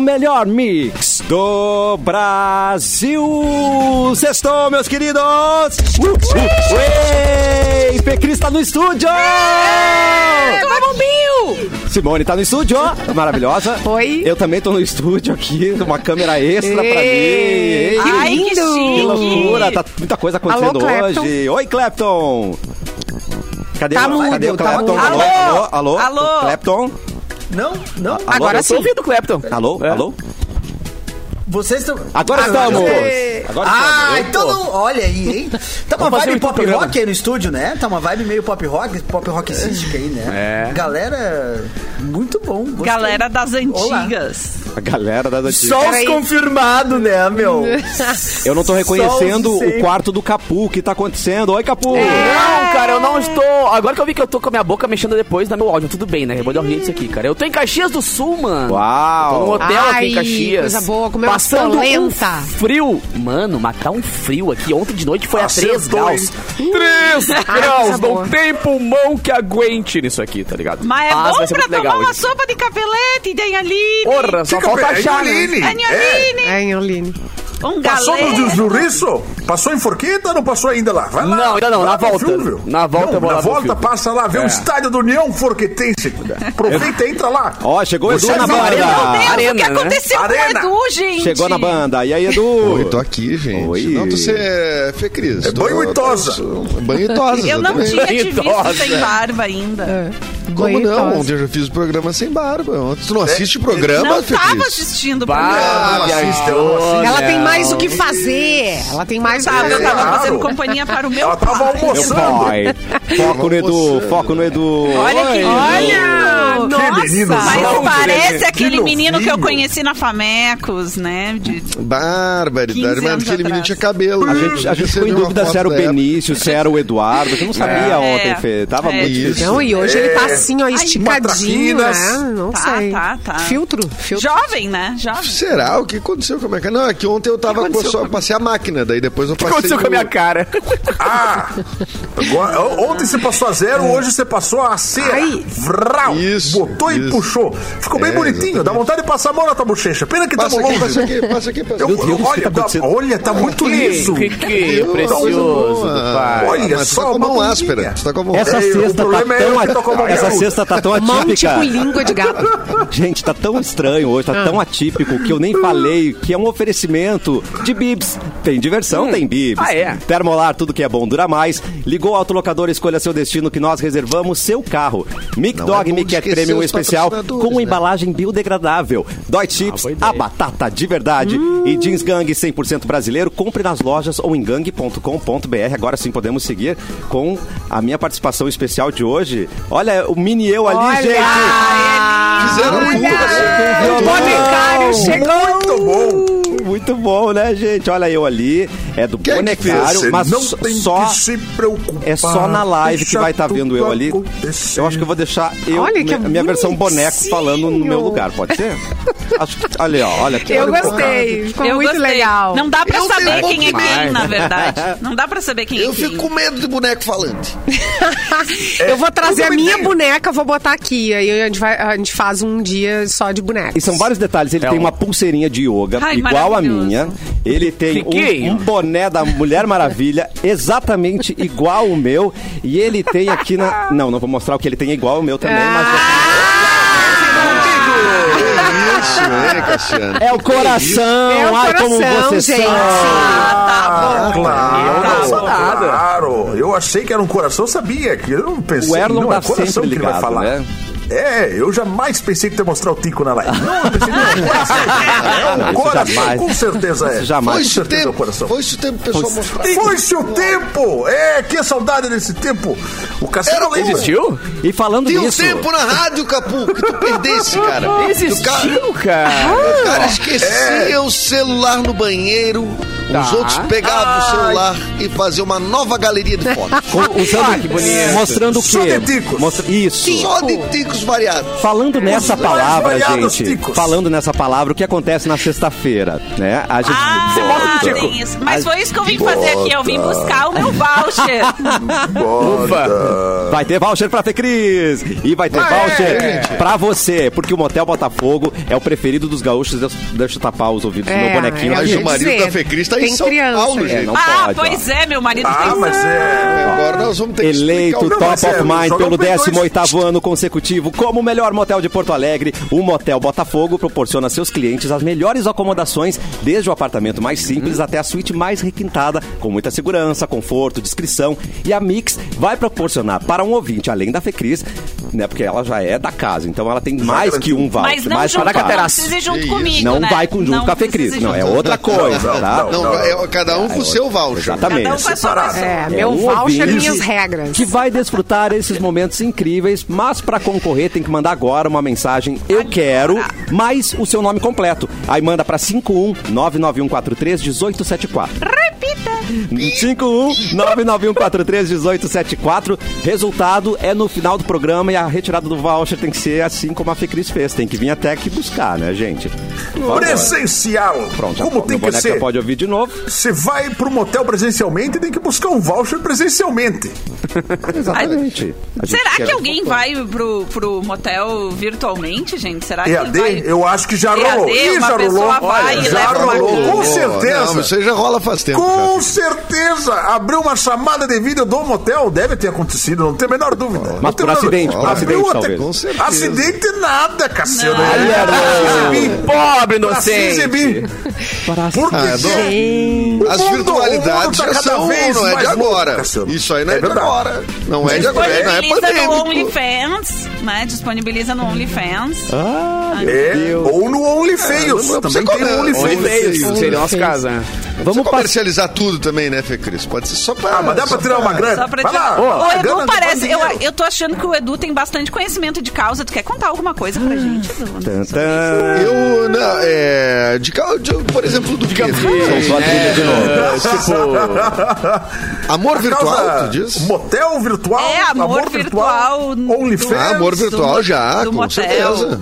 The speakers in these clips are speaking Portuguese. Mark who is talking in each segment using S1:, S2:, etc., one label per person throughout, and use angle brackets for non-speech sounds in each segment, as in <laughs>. S1: melhor mix do Brasil. Sextou, meus queridos! Uh, uh, Ei, Pecris tá no estúdio!
S2: É,
S1: Simone tá no estúdio, ó, maravilhosa.
S3: Oi.
S1: Eu também tô no estúdio aqui, uma câmera extra pra mim.
S3: Ei, que
S1: Ai,
S3: lindo.
S1: Que loucura, tá muita coisa acontecendo
S3: Alô, Clapton.
S1: hoje. Oi, Clapton! Cadê,
S3: Tá
S1: o-
S3: mudo,
S1: cadê o
S3: tá
S1: Clapton?
S3: mudo.
S1: alô, alô, alô,
S2: Alô.
S1: Clapton?
S4: Não, não.
S3: Agora
S1: eu tô
S3: sim.
S1: ouvindo.
S2: do Clapton.
S1: Alô, alô?
S4: Vocês estão.
S1: Agora estamos! Agora
S4: Ah, então
S1: estamos.
S4: não. Olha aí, hein? Tá uma
S2: Vamos fazer
S4: vibe
S2: um
S4: pop
S2: programa.
S4: rock aí no estúdio, né? Tá uma vibe meio pop rock, pop rockística aí, né?
S1: É.
S4: Galera, muito bom. gostei.
S2: Galera das
S4: Olá.
S2: antigas.
S1: A galera das antigas.
S4: Só os
S3: Peraí.
S4: confirmados, né,
S3: <laughs>
S4: meu?
S1: Eu não tô reconhecendo
S4: Só os
S1: o
S4: sem-
S1: quarto do Capu. O que tá acontecendo? Oi, Capu!
S3: Ah.
S2: Não, cara, eu não estou. Agora que eu vi que eu tô com a minha boca mexendo depois da meu áudio, tudo bem, né? Eu vou dar um jeito isso aqui, cara. Eu tô em Caxias do Sul, mano. Tô num
S1: Uau!
S2: hotel aqui
S3: Ai,
S2: em Caxias.
S3: coisa boa, comeu uma
S2: Passando um
S3: polenta.
S2: frio. Mano, matar um frio aqui. Ontem de noite foi a 3 graus. 3
S3: coisa
S2: graus!
S3: boa.
S2: Não tem pulmão que aguente nisso aqui, tá ligado?
S5: Mas é
S2: vai
S5: bom
S2: ser
S5: pra
S2: muito
S5: tomar
S2: legal
S5: uma
S2: hoje.
S5: sopa de capelete, de anhaline,
S2: Porra, só falta
S6: é
S2: achar, né?
S6: Anholine.
S5: anhaline,
S3: É, Inholine.
S5: um
S6: Passou
S5: galé.
S6: no Juriço? Passou em Forqueta ou não passou ainda lá? Vai lá.
S2: Não, ainda não, na
S6: Lá no
S2: volta. Na volta eu vou
S6: na
S2: lá É. no
S6: volta,
S2: Fúvio.
S6: passa lá, vê o estádio do União Forquetense. Aproveita, entra lá.
S1: Ó, chegou o Edu
S6: Você
S1: na
S6: viu,
S1: banda!
S6: né?
S5: Meu Deus,
S2: Arena,
S5: É, o que
S2: né?
S5: aconteceu
S6: Arena.
S5: com o Edu, gente?
S1: Chegou na banda. E aí, Edu?
S7: Oi, tô aqui, gente.
S1: Oi.
S7: Não, tu é Fê Cris.
S6: É
S7: tô-
S6: banho e tosa.
S7: tô- Banho e tosa.
S5: <laughs> Eu não tinha
S7: exatamente.
S5: te visto
S2: Idosa.
S5: sem barba
S3: É.
S5: ainda.
S7: Como
S3: Banho e
S7: não?
S3: tosa.
S7: Ontem eu já fiz o programa sem barba. Ontem tu não assiste programa,
S5: Não
S7: Fê
S5: tava
S7: Cris?
S5: assistindo o programa.
S2: Bah,
S6: eu não
S2: viajou,
S3: Ela
S2: né?
S3: tem mais o que fazer. Ela tem mais o que
S5: Tava, eu tava
S3: fazer.
S6: claro.
S5: fazendo companhia para o meu
S6: Ela tava
S5: pai.
S1: Meu
S6: almoçando.
S1: pai. Foco no Edu,
S7: Almoçando.
S1: foco no Edu.
S5: Olha
S1: Oi,
S5: que lindo!
S3: Olha,
S6: Que menino
S5: Mas
S6: Nossa,
S5: parece
S6: que
S5: aquele menino que eu
S6: novinho.
S5: conheci na Famecos, né? De-
S7: Barbaridade.
S5: 15
S7: Mas
S5: anos
S7: aquele menino
S5: atrás.
S7: tinha cabelo.
S1: A gente, a gente ficou em dúvida se era o Benício, se era o Eduardo. Eu não sabia ontem,
S5: É.
S1: Fê. Tava
S5: É.
S1: muito difícil.
S7: Isso.
S3: Não, e hoje ele tá assim, ó,
S6: uma
S3: esticadinho, né?
S6: traquinas.
S3: Não
S5: Tá,
S3: sei.
S5: tá, tá.
S3: Filtro, filtro.
S5: Jovem, né? Jovem.
S7: Será? O que aconteceu com a minha cara? Não, é que ontem eu tava com a sua, passei a máquina, daí depois eu
S2: O que
S7: passei.
S2: aconteceu com a minha cara?
S6: Ah! Agora, ontem você passou a zero,
S2: É.
S6: hoje você passou a cera.
S3: Ai.
S6: Vral!
S7: Isso,
S6: Botou e
S7: isso.
S6: puxou. Ficou bem
S7: É,
S6: bonitinho. Dá
S7: exatamente.
S6: vontade de passar a mão na tua bochecha. Pena que
S7: Passa
S6: tamo
S7: aqui,
S6: longe.
S7: passa aqui, passa aqui, passa
S6: Eu-
S7: aqui.
S1: Deus, o que
S6: olha,
S1: tá
S6: tá
S1: acontecendo?
S6: olha, tá muito liso.
S2: Que, que
S7: Deus,
S2: precioso
S7: coisa
S2: do
S7: boa.
S2: pai.
S6: Olha
S7: Mas tu
S6: só,
S7: tá com a
S6: uma
S7: mão
S6: bolinha.
S7: áspera. Tu tá com a mão
S1: Essa
S6: Ei, o
S1: sexta tá
S6: problema é eu que tô
S1: tão,
S6: com
S1: essa
S6: barulho.
S1: sexta tá tão
S3: Mão
S1: atípica.
S3: tipo língua de gato.
S1: Gente, tá tão estranho hoje,
S2: Ah.
S1: tá tão atípico que eu nem falei que é um oferecimento de Bibs. Tem diversão, tem Bibs.
S2: Ah, é?
S1: Termolar, tudo que é bom dura mais. Ligou o autolocador, escolha seu destino que nós reservamos seu carro. Mic
S7: Não
S1: Dog
S7: é bom
S1: Mic é
S7: esquecer
S1: Premium
S7: os
S1: Especial
S7: patrocinadores,
S1: com
S7: né? Ah,
S1: embalagem biodegradável. Dói Chips, a batata de verdade.
S2: Hum.
S1: E Jeans Gang 100% brasileiro. Compre nas lojas ou em gang.com.br. Agora sim podemos seguir com a minha participação especial de hoje. Olha o mini eu ali, gente.
S7: Fizeram tudo.
S1: O
S3: Boticário chegou.
S6: Muito bom.
S1: Muito bom, né, gente? Olha eu ali. É do
S6: Quem é que fez?
S1: Bonecário,
S6: Você
S1: mas
S6: não
S1: só-
S6: tem
S1: só.
S6: que se preocupar.
S1: É só na live que
S6: Deixa
S1: vai estar vendo eu
S6: tudo
S1: ali.
S6: acontecer.
S1: Eu acho que eu vou deixar eu,
S3: Olha que
S1: minha, minha versão boneco
S3: bonitinho.
S1: falando no meu lugar, pode
S3: <laughs>
S1: ser? Acho que, olha, ó, olha aqui.
S3: Eu
S1: olha o
S3: gostei. Ficou
S5: Eu
S3: muito
S5: gostei.
S3: legal.
S5: Não dá pra
S7: Eu
S5: saber
S7: fico
S5: quem é quem,
S7: demais.
S5: na verdade.
S1: <laughs>
S5: Não dá pra saber quem
S7: Eu
S5: é quem.
S7: fico com medo de boneco falante.
S3: eu vou trazer
S6: eu
S3: a
S6: também
S3: minha
S6: tenho.
S3: boneca, vou botar aqui. Aí a gente, vai- a gente faz um dia só de boneca.
S1: E são vários detalhes. Ele
S2: É
S1: tem
S2: um-
S1: uma pulseirinha de yoga,
S5: Ai,
S1: igual a
S5: maravilhoso.
S1: minha. Ele tem um,
S2: Chiquinho.
S1: um boné da Mulher Maravilha, exatamente igual o meu. E ele tem aqui na. Não, não vou mostrar o que ele tem igual o meu também,
S3: Ah,
S1: mas.
S7: Que isso, né, Cassiano?
S1: É o coração!
S3: É o
S1: Ai, como
S3: coração,
S1: vocês
S3: gente.
S1: são!
S6: Ah, claro,
S2: tá Não sou nada.
S6: claro. Eu achei que era um coração, sabia que eu não pensei.
S1: O Erlon
S6: não,
S1: tá
S6: é coração
S1: sempre
S6: que ele vai
S1: ligado,
S6: falar.
S1: né?
S6: É, eu jamais pensei que ia mostrar o tico na live. Não, eu pensei
S1: <laughs>
S6: não,
S1: Ah, não,
S6: é um
S1: isso jamais.
S6: coração, com certeza é.
S1: Isso jamais.
S6: Com
S7: Foi-se o
S6: certeza é o
S7: tempo.
S6: coração.
S7: Foi-se o tempo, pessoal, mostrar.
S6: Foi-se o tempo! É, que saudade desse tempo! O Cassiano
S7: Era
S6: lembra.
S2: Existiu?
S1: E falando
S7: Tem um
S1: nisso.
S7: tempo na rádio, Capu, que tu perdesse, cara. Tu, cara,
S2: Existiu, cara.
S7: cara esquecia o celular no banheiro, Os outros pegavam o celular e faziam uma nova galeria de fotos.
S1: Com- usando-
S2: Ah, que bonito.
S1: Mostrando o quê?
S6: Só deticos.
S1: Mostra- Isso.
S7: Só de ticos variados.
S1: Falando nessa palavra,
S6: variados
S1: gente.
S6: ticos.
S1: Falando nessa palavra, o que acontece na sexta-feira, né? A gente
S5: Ah,
S2: mostra o tico.
S5: tem isso. Mas foi isso que eu vim fazer aqui. Eu vim buscar o meu voucher.
S1: Vai ter voucher pra Fê Cris e vai ter voucher pra você, porque o Motel Botafogo é o preferido dos gaúchos. Deixa- Deixa eu tapar os ouvidos do meu
S3: É,
S1: bonequinho.
S3: eu
S1: aqui.
S7: Mas
S3: ia
S7: o marido
S3: dizer,
S7: da Fecris tá em
S3: tem
S7: São
S3: criança
S7: Paulo,
S3: aí.
S1: <laughs>
S7: gente.
S1: Não
S5: ah,
S1: pode, ó.
S5: pois é, meu marido
S6: Ah,
S5: tem
S6: mas é.
S7: Agora nós vamos ter que
S1: Eleito
S7: explicar o-
S6: Não, mas
S1: Top
S6: é,
S1: of Mind
S6: só
S1: pelo
S6: não foi
S1: 18º ano consecutivo como o melhor motel de Porto Alegre. O Motel Botafogo proporciona a seus clientes as melhores acomodações, desde o apartamento mais simples até a suíte mais requintada, com muita segurança, conforto, discrição. E a Mix vai proporcionar para um ouvinte, além da Fecris, né, porque ela já é da casa, então ela tem mais que um voucher,
S5: Mas não
S1: mais
S5: junto,
S1: para
S5: não
S1: cada.
S5: precisa ir junto
S7: Que
S5: comigo,
S1: Não
S5: né?
S1: vai com, junto
S5: Não
S1: com a Fecris,
S5: precisa ir
S1: não, é
S5: junto.
S1: outra coisa,
S6: não,
S1: tá?
S6: não.
S7: Não, é- cada um com o seu voucher.
S1: Exatamente.
S5: Cada um faz sua
S6: Separado.
S5: coisa.
S3: É,
S1: É
S3: meu
S1: um
S3: voucher,
S1: ouvinte
S3: minhas regras.
S1: que vai desfrutar esses momentos incríveis, mas para concorrer tem que mandar agora uma mensagem eu quero mais o seu nome completo. Aí manda um, para 51991431874. Repita. 51991431874. Resultado é no final do programa e a retirada do voucher tem que ser assim como a Fecris fez, tem que vir até aqui buscar, né, gente?
S6: Presencial.
S1: Pronto, já- tá,
S6: Como tem
S1: meu
S6: que
S1: boneco já
S6: ser?
S1: pode ouvir de novo.
S6: Você vai pro motel presencialmente e tem que buscar um voucher presencialmente.
S1: Exatamente. A gente
S5: Será
S1: quer-
S5: que alguém vai pro, pro motel virtualmente, gente? Será que
S6: EAD,
S5: vai...
S6: eu acho que já
S5: EAD,
S6: rolou. Ih,
S5: uma
S6: já rolou.
S5: pessoa vai e
S6: já
S5: leva uma
S6: rolou,
S5: guia.
S6: com
S5: Boa.
S6: certeza.
S7: Não, isso aí já rola faz tempo.
S6: Com
S7: já.
S6: certeza! Abriu uma chamada de vídeo do motel, deve ter acontecido, não tem a menor dúvida. Não
S1: Mas
S6: tem
S1: por
S6: a menor
S1: acidente,
S6: dúvida.
S1: por
S6: Abriu
S1: acidente,
S6: até-
S1: talvez.
S7: Com certeza.
S6: Acidente nada, Cassiano.
S5: Não.
S6: Olha,
S2: Pobre
S6: Pra se
S2: inocente.
S6: exibir. Porque
S7: Ah,
S6: gente,
S7: As
S6: o mundo- o mundo
S7: virtualidades
S6: tá
S7: já
S6: cada
S7: são,
S6: vez
S7: não é de
S6: mais louco,
S7: agora.
S6: Cassiano.
S7: Isso aí não é, de
S6: verdade.
S7: agora. Não é de agora, não é
S5: Disponibiliza no
S7: pandêmico.
S5: OnlyFans, né? Disponibiliza no OnlyFans.
S6: É, ou no OnlyFans.
S7: É, não
S6: Também
S7: precisa
S6: tem
S7: cobrar.
S6: no
S2: Foi
S6: OnlyFans.
S2: feio, seria nosso caso, né?
S1: Vamos
S7: Vamos
S1: passar-
S7: comercializar tudo também, né, Fê Cris? Pode ser só pra.
S6: Ah, mas dá pra
S7: só
S6: tirar uma grana?
S5: Só pra
S6: Vai
S5: dizer-
S6: lá.
S5: Ô,
S6: a grana
S5: Edu
S6: não
S5: parece.
S6: <laughs> vale
S5: Eu,
S6: dinheiro.
S5: eu tô achando que o Edu tem bastante conhecimento de causa. Tu quer contar alguma coisa pra
S6: Hum,
S5: gente, Edu?
S1: Tan, tan.
S7: Eu, não, é. De, cal- de, por exemplo, do É, que?
S1: Só a trilha de novo.
S7: Amor
S6: A
S7: virtual,
S6: É, <laughs> causa-
S7: tu diz?
S6: Motel virtual?
S5: É, amor virtual.
S6: OnlyFans.
S7: Ah, amor virtual
S5: do-
S7: já,
S5: do
S7: com
S5: motel.
S7: certeza.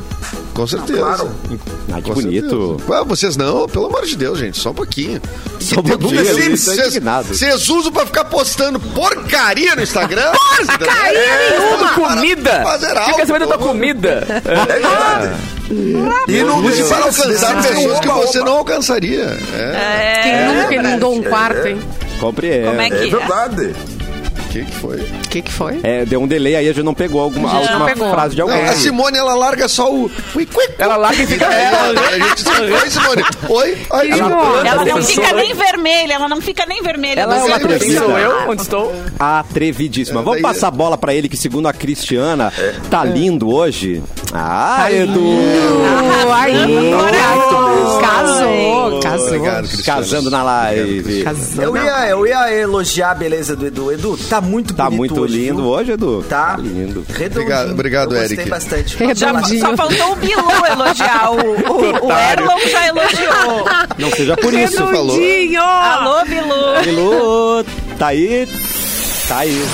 S7: Com certeza.
S6: Ah, claro.
S1: Ai, Ah, que
S7: Com
S1: bonito.
S7: certeza. Ué, vocês não, pelo amor de Deus, gente, só um pouquinho. é
S1: Só um pouquinho,
S7: Vocês-
S1: ele tá indignado.
S7: Vocês usam pra ficar postando porcaria no Instagram? Porcaria
S2: Uma comida!
S7: Fazer
S2: Fica
S7: algo,
S2: sabendo da
S7: pô.
S2: comida.
S6: É verdade. E não
S7: Use para alcançar
S6: Esse
S7: pessoas que
S6: oba-oba.
S7: você não alcançaria. É.
S3: Quem nunca inundou um quarto, hein?
S1: Compreendo.
S5: Como é
S6: É
S5: que é?
S6: verdade.
S7: O que, que foi?
S3: O que, que foi?
S1: É, deu um delay aí, a gente não pegou alguma, a
S3: gente não
S1: última
S3: pegou.
S1: frase de
S7: Não, assim,
S1: alguém.
S7: a Simone, ela larga só o. Ui, cui, cui.
S2: Ela larga e fica-
S7: Ela- a gente diz, Oi, Simone. Oi. Ai, Simone.
S5: Ela não
S2: Defensora.
S5: fica nem vermelha, ela não fica nem vermelha.
S2: Ela é
S5: Você
S2: uma
S5: não
S7: atriz.
S2: quem
S5: precisa-
S2: sou eu? Onde estou?
S1: Atrevidíssima.
S7: É,
S1: Vamos
S7: daí- É.
S1: passar a bola pra ele, que segundo a Cristiana, tá lindo hoje. Ah, Edu!
S3: Uh, aí, casou, casou.
S7: Obrigado, Cristiano.
S1: Casando na live. Tá
S3: Casou.
S4: Eu ia, eu ia elogiar a beleza do Edu. Edu, tá muito
S1: Tá
S4: bonito
S1: muito
S4: hoje,
S1: lindo
S4: viu?
S1: hoje, Edu?
S4: Tá.
S1: lindo.
S4: Redondinho.
S7: Obrigado- obrigado,
S4: eu gostei
S7: Eric.
S4: bastante.
S5: Já,
S3: Redondinho.
S5: só faltou o Bilu elogiar. O, o, o Erlon já elogiou.
S6: <laughs>
S1: Não seja por isso.
S7: falou.
S3: Redondinho!
S5: Alô, Bilu.
S1: Bilu, tá aí? Tá aí.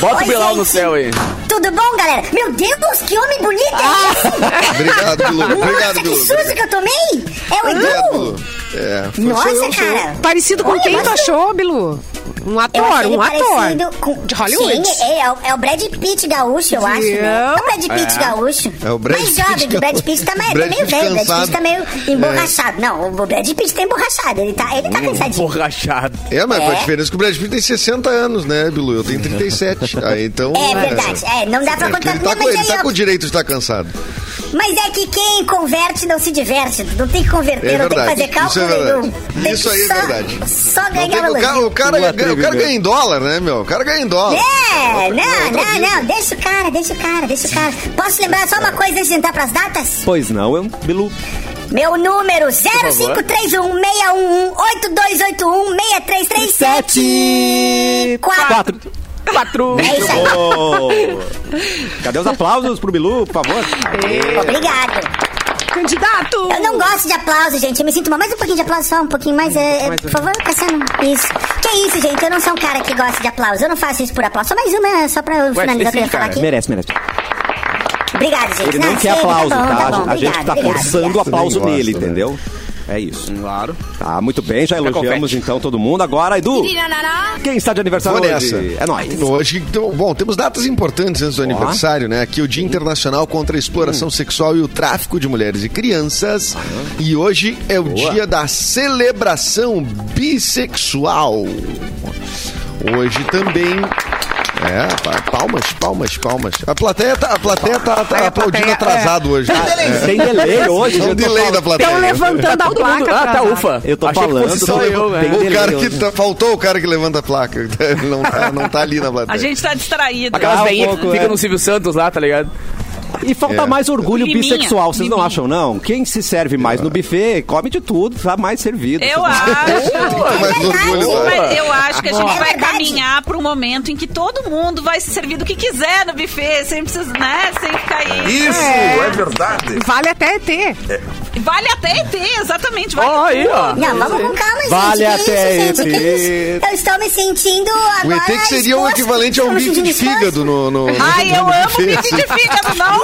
S2: Bota
S8: Oi,
S2: o Bilal no
S8: gente.
S2: céu aí.
S8: Tudo bom, galera? Meu Deus, que homem bonito é
S3: Ah,
S8: esse?
S7: Obrigado, Bilu. Obrigado,
S8: Nossa, que
S7: Bilu.
S3: né?
S8: susto que eu tomei! É o
S7: Obrigado,
S8: Edu?
S7: Bilu. É, foi-
S8: Nossa,
S7: sou eu, sou eu.
S8: cara!
S3: um Parecido com
S8: Olha,
S3: quem
S8: mas
S3: tu
S8: eu-
S3: achou, Bilu? Um
S8: Eu
S3: ator,
S8: achei ele
S3: um ator.
S8: parecido com...
S3: De Hollywood.
S8: Sim, é, é o- é o Brad Pitt gaúcho, eu acho. Né? É o Brad Pitt gaúcho.
S7: É o Brad
S8: Mais
S7: Pitt
S8: jovem, que o Brad
S7: gaúcho.
S8: Pitt tá, mais,
S7: Brad
S8: tá meio
S7: Pitt
S8: velho, o Brad
S7: cansado. É.
S8: Pitt tá meio emborrachado. Não, o Brad Pitt tá emborrachado, ele tá, ele tá cansadinho.
S2: Borrachado.
S7: É, mas com a
S8: É.
S7: diferença que o Brad Pitt tem 60 anos, né, Bilu? Eu tenho 37. Aí então.
S8: É verdade, é, não dá pra
S7: É, porque
S8: contar
S7: ele tá,
S8: muito,
S7: com, ele
S8: mas,
S7: tá
S8: é,
S7: com o direito de estar cansado.
S8: mas é que quem converte não se diverte. Não tem que
S7: É
S8: converter, não tem que
S7: verdade,
S8: fazer
S7: isso
S8: cálculo
S7: é verdade.
S8: nenhum. Tem
S7: Isso
S8: que
S7: aí é
S8: só-
S7: verdade.
S8: Só
S7: Não tem-
S8: ganhar
S7: o, cara, o, cara, o cara ganha em dólar, né, meu? O cara ganha em dólar.
S8: É, não,
S7: outra
S8: não,
S7: vida.
S8: não, deixa o cara, deixa o cara, deixa o cara. Posso lembrar só uma coisa antes de entrar pras datas?
S1: Pois não, eu, Bilu.
S8: Meu número
S2: favor.
S8: 0531-611-8281-6337.
S1: Quatro.
S2: Quatro.
S8: É isso aí.
S1: Ô. Cadê os aplausos pro Bilu, por favor?
S8: Obrigado.
S3: Candidato!
S8: Eu não gosto de aplauso, gente. Eu me sinto mal. Mais um pouquinho de aplauso, só um pouquinho mais. é, é, por favor,
S1: um.
S8: Cassiano. Isso. Que isso, gente. Eu não sou um cara que gosta de aplauso. Eu não faço isso por aplauso. Só mais uma, só pra eu finalizar o que eu ia
S2: decide,
S8: falar
S2: cara.
S8: aqui.
S1: Merece, merece.
S8: Obrigado, gente.
S1: é Ele não quer
S8: chega,
S1: aplauso,
S8: bom,
S1: tá?
S8: bom.
S1: a gente
S8: Obrigado,
S1: tá
S8: obrigado,
S1: forçando o
S8: obrigado.
S1: aplauso
S7: Também
S1: nele,
S7: gosto, né?
S1: entendeu? É isso.
S2: Claro.
S1: Tá, muito bem, já elogiamos
S2: confete.
S1: então todo mundo. Agora, Edu, quem está de aniversário
S7: Vou
S1: hoje?
S7: nessa.
S1: É nóis.
S7: Hoje, então, bom, temos datas importantes antes do aniversário, né? Aqui o
S1: Hum.
S7: Dia Internacional contra a Exploração Sexual e o Tráfico de Mulheres e Crianças. E hoje é o dia da celebração bissexual. Hoje também. É, pa- palmas, palmas, palmas. A plateia tá, a plateia tá, tá aplaudindo atrasado hoje. É.
S1: Tem Tá delay hoje,
S7: É um
S1: eu tô
S7: delay
S1: falando.
S7: da plateia.
S3: Estão levantando a
S2: Todo mundo.
S3: placa.
S2: Ah, tá,
S3: atrasada.
S2: ufa.
S1: Eu tô
S2: Achei
S1: falando,
S2: Que fosse
S1: tô
S2: só eu,
S1: levantando.
S2: velho.
S1: Tem
S7: né? O cara
S1: delay
S7: que
S1: hoje.
S7: tá- faltou o cara que levanta a placa. <laughs> Não tá, não tá ali na plateia.
S5: A gente tá distraído.
S1: Aquela-
S2: Aquelas
S1: um
S2: veinhas que
S1: pouco,
S2: ficam
S1: é.
S2: no Silvio Santos lá, tá ligado?
S1: E falta
S7: É.
S1: mais orgulho
S5: Liminha,
S1: bissexual, vocês não
S5: liminha.
S1: acham, não? Quem se serve mais no buffet, come de tudo, tá mais servido.
S5: Eu
S1: Vocês não-
S5: acho.
S7: Mas no orgulho,
S8: Boa.
S7: vai.
S5: Mas eu acho que a gente
S8: É
S5: vai
S8: verdade.
S5: caminhar para um momento em que todo mundo vai se servir do que quiser no buffet, sem precisar, né? Sem ficar aí.
S6: Isso, é, verdade.
S3: Vale até ter.
S5: Vale até ET, exatamente. Vale
S2: Ó, aí, ó.
S8: Não, vamos com calma, gente.
S1: Vale
S8: que
S1: até
S8: isso, gente? Que
S1: ET.
S8: isso? Eu estou me sentindo agora.
S7: O ET que seria o
S8: exposto.
S7: equivalente a
S8: Estou
S7: um
S8: me
S7: bife
S8: sentindo
S7: de
S8: exposto.
S7: fígado no. no
S5: Ai,
S7: no-
S5: eu
S7: no
S5: amo
S7: buffet,
S5: bife de
S7: assim.
S5: fígado,
S2: <laughs>
S5: não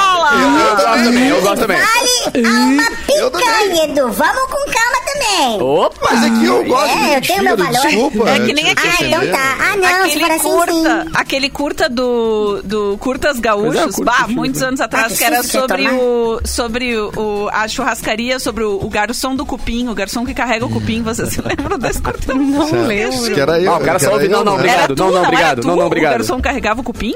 S5: fala!
S7: Eu também,
S2: Eu gosto também.
S8: Vale a uma
S7: Eu
S8: picanha, Edu. Vamos com calma também.
S2: Opa!
S7: Mas é que eu gosto
S8: É, eu
S7: de
S8: tenho meu
S7: fígado,
S8: valor.
S7: desculpa.
S5: É que nem
S7: eu te
S5: aquele-
S8: Ah, então
S7: ofender.
S8: tá. Ah, não, se for
S5: aquele
S8: assim,
S2: um
S5: curta,
S8: sim.
S5: aquele curta do, do Curtas
S2: é
S5: Gaúchos,
S1: curta,
S5: bah,
S1: sim,
S5: muitos anos atrás,
S8: Ah,
S5: que era
S8: preciso, quer
S5: sobre
S8: tomar?
S5: o sobre o, o- a churrascaria, sobre o, o garçom do cupim, o garçom que carrega o cupim, vocês se lembram desse
S2: <laughs>
S5: curta? Não
S7: Que era eu.
S2: Ah, o cara
S7: que
S2: só
S7: era
S2: ouve,
S7: eu,
S2: não, não,
S7: né?
S2: obrigado.
S5: Era tu,
S2: Não, não,
S5: era
S2: obrigado.
S5: tu?
S2: Não, não, obrigado.
S5: O garçom carregava o cupim?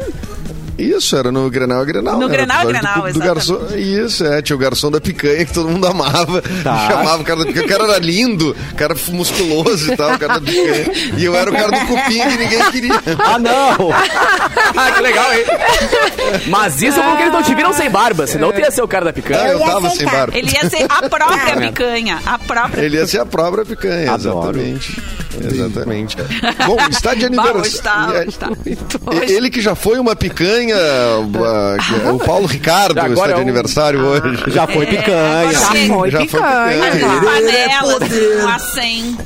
S7: Isso, era no Grenal é Grenal.
S5: No
S7: era
S5: Grenal é
S7: episódio
S5: Grenal,
S7: do, do garçom, Isso, é, tinha o garçom da picanha que todo mundo amava. <laughs> Chamava o cara da picanha. O cara era lindo, o cara musculoso e tal, o cara da picanha. E eu era o cara do cupim que ninguém queria.
S1: Ah, não!
S2: Ah, que legal, hein? Mas isso é porque eles não te viram sem barba, senão teria ser o cara da
S7: Ah,
S2: picanha.
S7: eu
S8: ia
S7: tava sem
S8: aceitar.
S7: barba.
S5: Ele ia ser a própria
S2: É.
S5: picanha. A própria.
S7: Ele ia ser a própria picanha,
S1: Adoro.
S7: exatamente. Exatamente. Bom, está de
S5: Bah, hoje tá,
S7: aniversário. É,
S5: hoje tá.
S7: E- Ele que já foi uma picanha, ah, que é o Paulo Ricardo
S2: Agora
S7: está
S2: é
S7: de
S2: um-
S7: aniversário hoje.
S1: Já foi picanha.
S5: agora
S3: Já
S5: Sim,
S3: foi
S7: já foi
S3: picante.
S7: picante.
S3: claro.
S2: é
S5: Panelas, um a 100.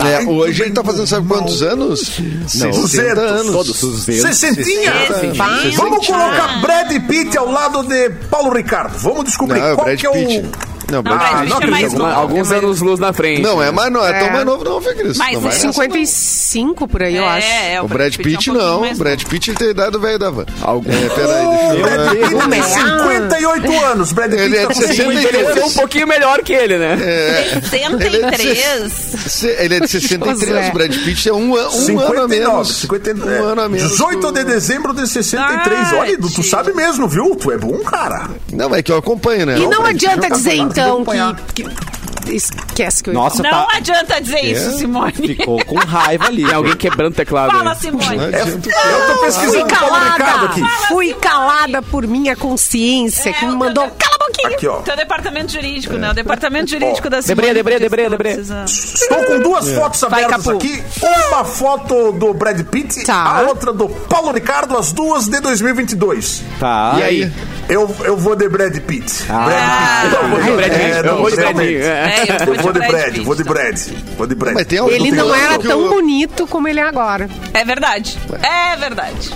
S7: É, hoje ele tá fazendo sabe quantos anos? 60 anos.
S1: Todos.
S6: Sessentinha.
S5: Esse
S6: Vamos
S5: vinho.
S6: colocar Brad Pitt ao lado de Paulo Ricardo. Vamos descobrir
S7: Não, é o
S6: qual
S7: Brad
S6: que é o...
S7: Pitt. Não, Brad
S5: Brad
S7: Pitt.
S6: Ah,
S5: Pitt
S6: não
S5: é mais
S6: acredito.
S2: Alguma- Alguns anos luz na frente.
S7: Não, é mais, não é, tão mais novo não, Fê Cris.
S5: Mas
S7: não vai
S5: uns
S7: nessa, não.
S3: 55 por aí, eu acho.
S5: É, é,
S7: O Brad Pitt
S5: é um pouquinho
S7: não, o
S5: mais <laughs>
S7: Brad Pitt ele tem a idade do velho da van.
S2: Algum-
S7: É, peraí, deixa eu
S6: Brad
S7: ver.
S6: Pitt tem 58 anos. Brad Pitt
S7: Ele é
S6: tá com
S7: de 60
S6: 50.
S2: Envelheceu um pouquinho melhor que ele, né?
S7: Ele é de
S5: 63.
S7: Se- Ele é de 63,
S3: José.
S7: o Brad Pitt é um, an- um ano a
S6: 59,
S7: menos.
S6: 50,
S7: um ano a menos.
S6: 18 de dezembro de 63. Olha, Edu, tu sabe mesmo, viu? Tu é bom, cara.
S7: Não, é que eu acompanho, né?
S3: E não
S7: Brad Pitt é um
S3: adianta
S7: cara-
S3: dizer, então,
S6: acompanhar.
S3: que, que- Esquece que eu...
S1: Nossa,
S5: Não
S1: tá...
S5: adianta dizer isso, Simone.
S1: ficou com raiva ali.
S2: Tem alguém quebrando o teclado.
S5: Fala,
S2: né?
S7: Não
S5: Simone.
S6: É,
S7: adianta.
S6: eu tô
S3: Fui
S6: pesquisando o Paulo Ricardo
S3: calada,
S6: aqui.
S3: fui calada por minha consciência, que me mandou... Cala a boquinha!
S6: Aqui, ó.
S5: Teu departamento jurídico, né? O departamento jurídico da Simone.
S2: Debrê, debrê, debrê,
S5: Não
S2: debrê.
S5: precisa-
S6: Estou com
S7: É.
S6: duas fotos
S5: Vai,
S6: abertas
S5: Capu.
S6: aqui. Uma foto do Brad Pitt,
S3: Tá.
S6: a outra do Paulo Ricardo, as duas de 2022.
S1: Tá.
S7: E aí?
S6: Eu, eu vou de Brad Pitt.
S5: Ah.
S6: Brad Pitt. Eu vou de
S2: Brad Pitt,
S6: É,
S2: eu
S6: não,
S2: vou de Brad
S6: realmente.
S2: Pitt, é.
S5: É, eu
S6: Eu vou de Brad,
S5: Pitt.
S6: vou de Brad. Vou de Brad.
S7: Mas tem-
S3: Ele
S7: tem
S3: não
S7: outro
S3: era
S7: que
S3: tão
S7: eu-
S3: bonito como ele é agora.
S5: É verdade. É verdade.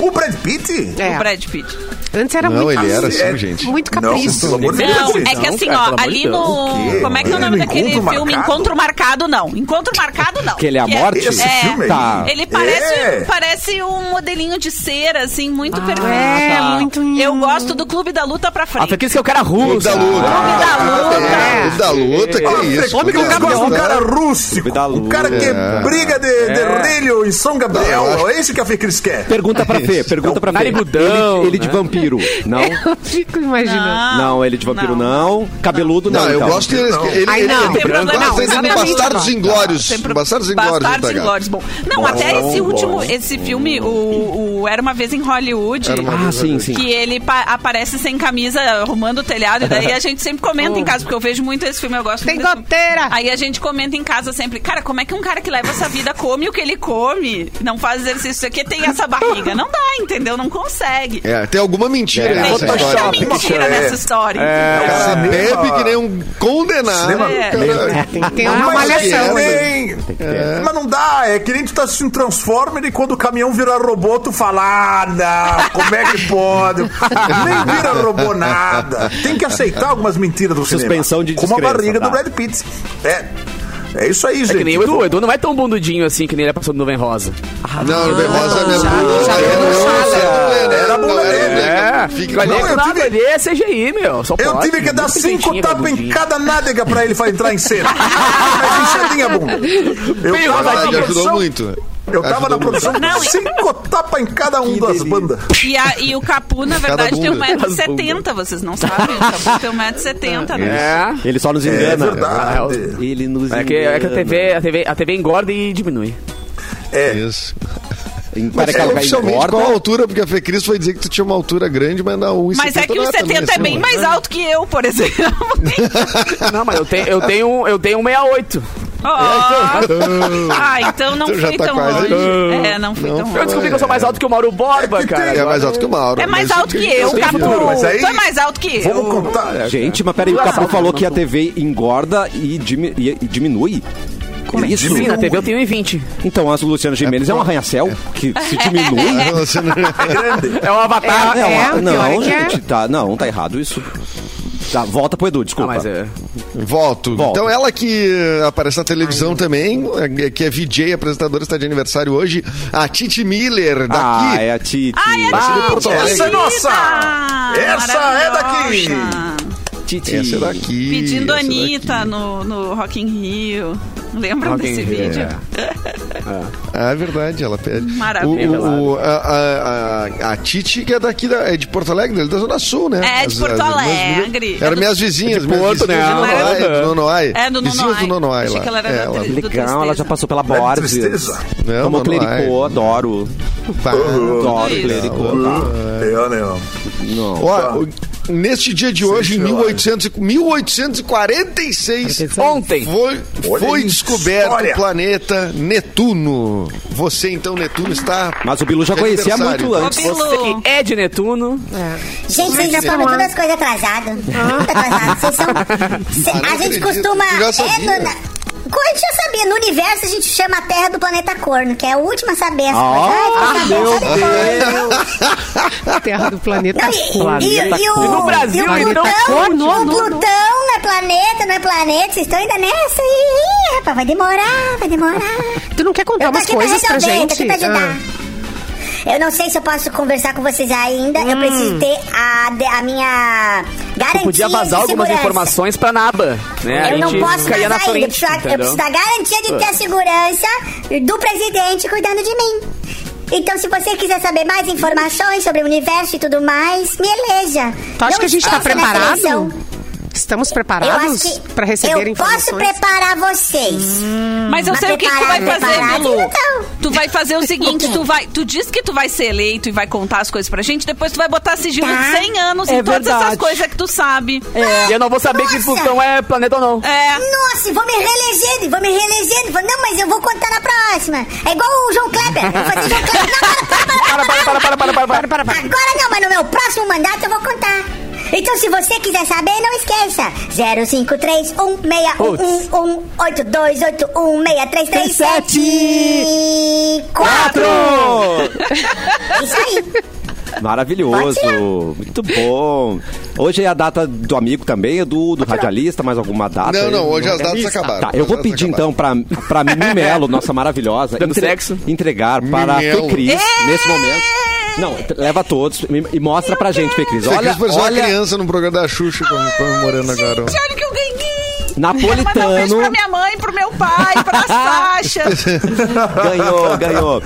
S6: O Brad Pitt?
S3: É.
S5: O Brad Pitt.
S3: Antes era
S7: Não,
S3: muito,
S7: ele era
S6: É.
S7: assim, gente.
S3: muito
S6: Não, pelo
S3: capricho.
S6: amor de
S5: Não,
S6: Deus.
S5: é que
S2: não,
S5: assim,
S2: cara,
S5: ó,
S2: pelo amor
S5: ali
S2: de Deus.
S6: O
S5: no.
S6: quê?
S5: Como é que é o
S6: Mano,
S5: nome daquele
S6: Encontro
S5: filme?
S6: Marcado?
S5: Encontro Marcado, não. Encontro Marcado, não.
S1: Que ele é a
S5: Que
S1: morte?
S5: É,
S6: Esse filme aí?
S1: Tá.
S5: Ele parece,
S6: É.
S5: parece um modelinho de cera, assim, muito perfeito.
S3: É, muito lindo.
S5: Eu gosto do Clube da Luta pra
S2: Ah,
S5: frente.
S2: foi que é o cara russo.
S7: da luta.
S5: Ah,
S7: É,
S3: né?
S7: o da luta, que
S6: Ah,
S7: isso.
S6: Como que eu gosto do cara rústico?
S1: Vida
S6: O cara
S1: louca.
S6: que é briga de, de relho em São Gabriel.
S7: Não, eu
S6: É isso que a Fecris quer.
S1: Pergunta pra
S2: É
S1: Fê, pergunta pra Fê.
S2: Narigudão,
S1: ele, ele de
S2: um né? <laughs>
S1: vampiro, não?
S3: <laughs> Eu fico imaginando.
S1: Não, ele de vampiro não. Cabeludo não.
S7: Não, eu
S1: então.
S7: gosto que ele.
S6: Não.
S7: ele,
S3: Ai,
S7: ele- é
S3: não,
S7: ele-
S3: tem
S5: problema não,
S7: ele-
S5: exatamente,
S7: Bastardos
S3: não.
S7: Inglórios.
S5: Sempre-
S7: Bastardos Inglórios.
S5: Bastardos
S7: tá,
S5: Inglórios. Bom, não, até esse último, esse filme, o, o Era Uma Vez em Hollywood,
S7: Era Uma
S1: Ah, sim, sim.
S5: que ele pa- aparece sem camisa, arrumando o telhado, e daí a gente sempre comenta em casa, porque eu vejo muito esse filme, eu gosto
S3: Tem
S5: muito. desse filme.
S3: goteira!
S5: Aí a gente comenta em casa sempre, cara, como é que um cara que leva essa vida come o que ele come, não faz exercício, isso aqui tem essa barriga? Não dá, dá, entendeu? Não consegue.
S7: É, tem alguma mentira
S5: Tem
S7: aí nessa
S5: muita
S7: história.
S5: mentira
S6: É.
S5: nessa história.
S7: O
S5: entendeu?
S7: cara
S6: Cinema-
S7: bebe que nem um condenado.
S6: Cinema-
S7: cara.
S6: É.
S1: Ah.
S3: Tem uma
S6: Mas é que
S3: malhação.
S6: nem- Mas não dá, é que nem tu tá assistindo Transformer e quando o caminhão vira robô, tu fala, ah, não, como é que pode? nem vira robô nada. Tem que aceitar algumas mentiras do cinema.
S1: Suspensão de
S6: Como a
S1: descrença,
S6: barriga
S1: tá.
S6: do Brad Pitt. É, é isso aí,
S2: É
S6: gente.
S2: que nem o
S6: Tu-
S2: Edu. O Edu não é tão bundudinho assim que nem ele é passando nuvem rosa.
S7: Não, não, rosa mesmo.
S3: já
S7: Aí
S3: deu
S7: não,
S3: chá,
S7: você
S3: né?
S7: não lê, né?
S6: Era bom
S7: Não,
S6: ler,
S7: era,
S2: É,
S7: né?
S2: fica
S7: Fica-
S2: ali.
S6: eu
S2: Nada,
S6: tive-
S2: ele é CGI, meu. Só
S6: Eu
S2: pode,
S6: tive que
S2: muito
S6: dar cinco
S2: quentinho,
S6: tapas em
S2: bundudinho.
S6: cada nádega pra ele fa- entrar em cena. Mas enxadinha, bunda.
S2: Bem,
S6: Eu tava na
S7: Ah, ele ajudou
S6: produção,
S7: muito.
S6: eu tava na
S7: Ajudou muito.
S6: produção
S5: Não, e-
S6: cinco tapas em cada um das bandas.
S5: E, a- e o Capu, na
S7: Cada
S5: verdade, tem
S7: bunda.
S5: 1,70m, vocês não sabem. O Capu tem 1,70m, né?
S2: É.
S1: Ele só nos
S6: É
S1: engana.
S6: verdade.
S1: Ele nos engana.
S2: É que, é que a, TV, a, TV, a TV engorda e
S6: <laughs>
S2: diminui.
S6: É.
S7: Isso.
S1: Em-
S7: Mas
S1: Para
S7: é,
S1: que ela
S7: oficialmente
S1: engorda.
S7: qual a altura? Porque a Fê Cris foi dizer que tu tinha uma altura grande, mas não, 1,70
S5: Mas é que
S7: não
S5: o
S7: também,
S5: 70 é
S7: assim,
S5: bem
S7: né? É, então,
S5: mais alto que eu, por
S7: <laughs>
S5: exemplo.
S2: Não, mas eu tenho, eu tenho, um, eu tenho 68.
S5: Ó. Ah, então não
S7: Então já
S5: fui
S7: tá
S5: tão
S7: quase
S5: longe.
S7: aí.
S5: É, não fui
S7: Não
S5: tão
S7: foi.
S2: Eu
S5: longe.
S2: descobri que eu sou mais alto que o Mauro Borba, cara.
S7: É mais alto que o Mauro.
S5: É mais
S7: mas-
S5: alto que eu,
S7: Tem
S5: Capu. <laughs>
S7: futuro, mas
S5: Tu
S7: aí-
S5: é mais alto que eu.
S6: Vamos contar.
S1: Gente, mas peraí, o Capu
S2: Engraçado,
S1: falou
S2: né,
S1: que a
S2: Mantu?
S1: TV engorda e, dimi- e- e diminui. Como Isso.
S2: Sim, na TV eu tenho 20.
S1: Então, a Luciana Gimenez é, um arranha-céu que se diminui.
S7: <laughs> Ah, você não-
S2: É o avatar.
S3: É,
S1: É, uma-
S3: pior é
S1: não,
S3: que é.
S1: gente, tá, não, tá errado isso. Tá, volta pro Edu,
S2: Ah,
S1: desculpa.
S2: mas é.
S7: Voto.
S1: Volto.
S7: Então, ela que eh, aparece na televisão também, eh, que é VJ, apresentadora, está de aniversário hoje, a Titi Miller,
S1: Ah,
S7: daqui.
S1: é a Titi. Ah,
S5: Ai, é
S7: Essa é de Porto
S5: Titi,
S7: Alegre.
S6: Essa é nossa!
S5: querida!
S6: Essa é daqui!
S5: Maravilhosa.
S1: Titi.
S7: Essa é daqui.
S5: Pedindo
S7: essa é
S5: Anitta no, no Rock in Rio. Lembram
S2: Rock in
S5: desse
S2: Rio,
S5: vídeo?
S7: é. daqui. Ah, é verdade, ela pede.
S5: Maravilha.
S7: O- o- a, a- a- a Titi, que é daqui, da- é de Porto Alegre, é da Zona Sul, né?
S5: É, de
S7: As-
S5: Porto
S7: as irmãs
S5: Alegre.
S7: Miller. Eram
S5: É do-
S7: minhas vizinhas,
S2: de
S7: minhas
S2: Porto,
S7: vizinhas
S2: né?
S7: do Nonoai,
S5: Ela-
S7: do Nonoai.
S5: É, do
S7: Vizinhas do
S5: Nonoai.
S7: Nonoai
S5: Achei
S7: lá.
S5: que ela era
S7: É,
S5: da
S7: ela-
S5: tri-
S1: Legal, ela já passou pela
S6: É de
S1: Borges.
S6: tristeza.
S7: Não,
S1: Tomou
S7: Nonoai.
S1: clericô, adoro.
S7: Pá.
S1: Adoro
S5: isso.
S1: clericô.
S6: Eu, não.
S7: Ó, o- neste dia de hoje, em 1800, e- 1846,
S2: Ontem.
S7: foi,
S6: Olha
S7: foi
S6: isso,
S7: descoberto
S6: olha.
S7: o planeta Netuno. Você, então, Netuno, está.
S1: Mas o Bilu já
S7: de
S1: conhecia
S7: aniversário. então.
S1: muito antes.
S2: Você
S5: Bilu.
S2: que é de Netuno.
S7: é
S8: Gente, vocês respondem todas as coisas atrasado. Tudo atrasado. Vocês são. Cê-
S7: Ah, não
S8: a gente
S7: acredito.
S8: costuma.
S7: Eu já sabia.
S8: É, no, na, Coisa que eu já sabia, no universo a gente chama a Terra do planeta corno, que é a última a saber as
S1: Ah,
S8: coisas. é, Ai, tu sabe tudo.
S3: Terra do planeta
S8: Não, então,
S3: Cor.
S8: e- e-
S1: Planeta
S8: e o-
S1: corno.
S8: e
S2: No
S8: o
S2: Brasil,
S8: Plutão,
S3: então, corno,
S8: o
S3: não, não.
S8: Plutão não é planeta, não é planeta, vocês estão ainda nessa aí, rapaz, vai demorar, vai demorar.
S3: Tu não quer contar
S8: Eu tô
S3: É umas
S8: aqui pra
S3: coisas pra
S8: resolver, eu
S3: gente?
S8: tô aqui pra ajudar.
S3: Ah.
S8: Eu não sei se eu posso conversar com vocês ainda. Eu preciso ter a, de- a minha garantia.
S2: Eu podia vazar
S8: de
S2: algumas
S8: segurança.
S2: informações pra Naba. Né?
S8: Eu
S2: a
S8: não
S2: gente
S8: posso
S2: ficaria
S8: vazar é
S2: na
S8: ainda. Eu
S2: frente. É.
S8: preciso, eu preciso da garantia de ter a segurança do presidente cuidando de mim. Então, se você quiser saber mais informações sobre o universo e tudo mais, me eleja.
S3: Tu acha
S8: Não
S3: que a gente tá
S8: esqueça minha
S3: preparado?
S8: seleção.
S3: Estamos
S8: Eu acho
S3: preparados
S8: que
S3: pra receber
S8: eu posso
S3: informações? Hum.
S8: preparar vocês.
S5: Mas eu
S8: Mas
S5: sei o que, que tu vai
S8: preparado,
S5: fazer,
S8: Hum. preparado,
S5: Bilu.
S8: então.
S5: Tu vai fazer o seguinte, tu vai, tu diz que tu vai ser eleito e vai contar as coisas pra gente, depois tu vai botar sigilo de 100 anos em
S2: É
S5: todas essas
S2: verdade.
S5: coisas que tu sabe.
S2: É. E eu não vou saber que
S8: Nossa.
S2: Plutão é planeta ou não.
S5: É.
S8: Nossa, vou me reelegendo, vou me reelegendo. Vou- Não, mas eu vou contar na próxima. É igual o João Kleber. Vou fazer João Kleber. Não, para, para, para,
S2: Para, para, para, para, para, para, para, para, para.
S8: Agora não, mas no meu próximo mandato eu vou contar. Então, se você quiser saber, não esqueça. 053161182816337. E quatro. Isso aí.
S1: Maravilhoso. Muito bom. Hoje é a data do amigo também, Edu, do radialista, mais alguma data?
S7: Não,
S1: aí?
S7: não, hoje as datas
S3: Tá,
S7: acabaram.
S1: Tá, eu
S7: As
S1: vou
S7: datas
S1: pedir
S7: acabaram.
S1: então pra, pra Mimi Melo, nossa maravilhosa,
S2: Dando sexo.
S1: entregar para a Fê
S7: Mimelo.
S1: Cris nesse momento. Não, t- leva todos e mostra pra gente, Fê Cris.
S7: Fê Cris
S1: Olha,
S7: parecia uma
S1: olha
S7: criança no programa da Xuxa com- comemorando agora.
S5: Gente, olha o que eu ganhei! Quero mandar um beijo pra
S1: Napolitano
S5: minha mãe, pro meu pai, pra Sasha.
S1: ganhou, ganhou.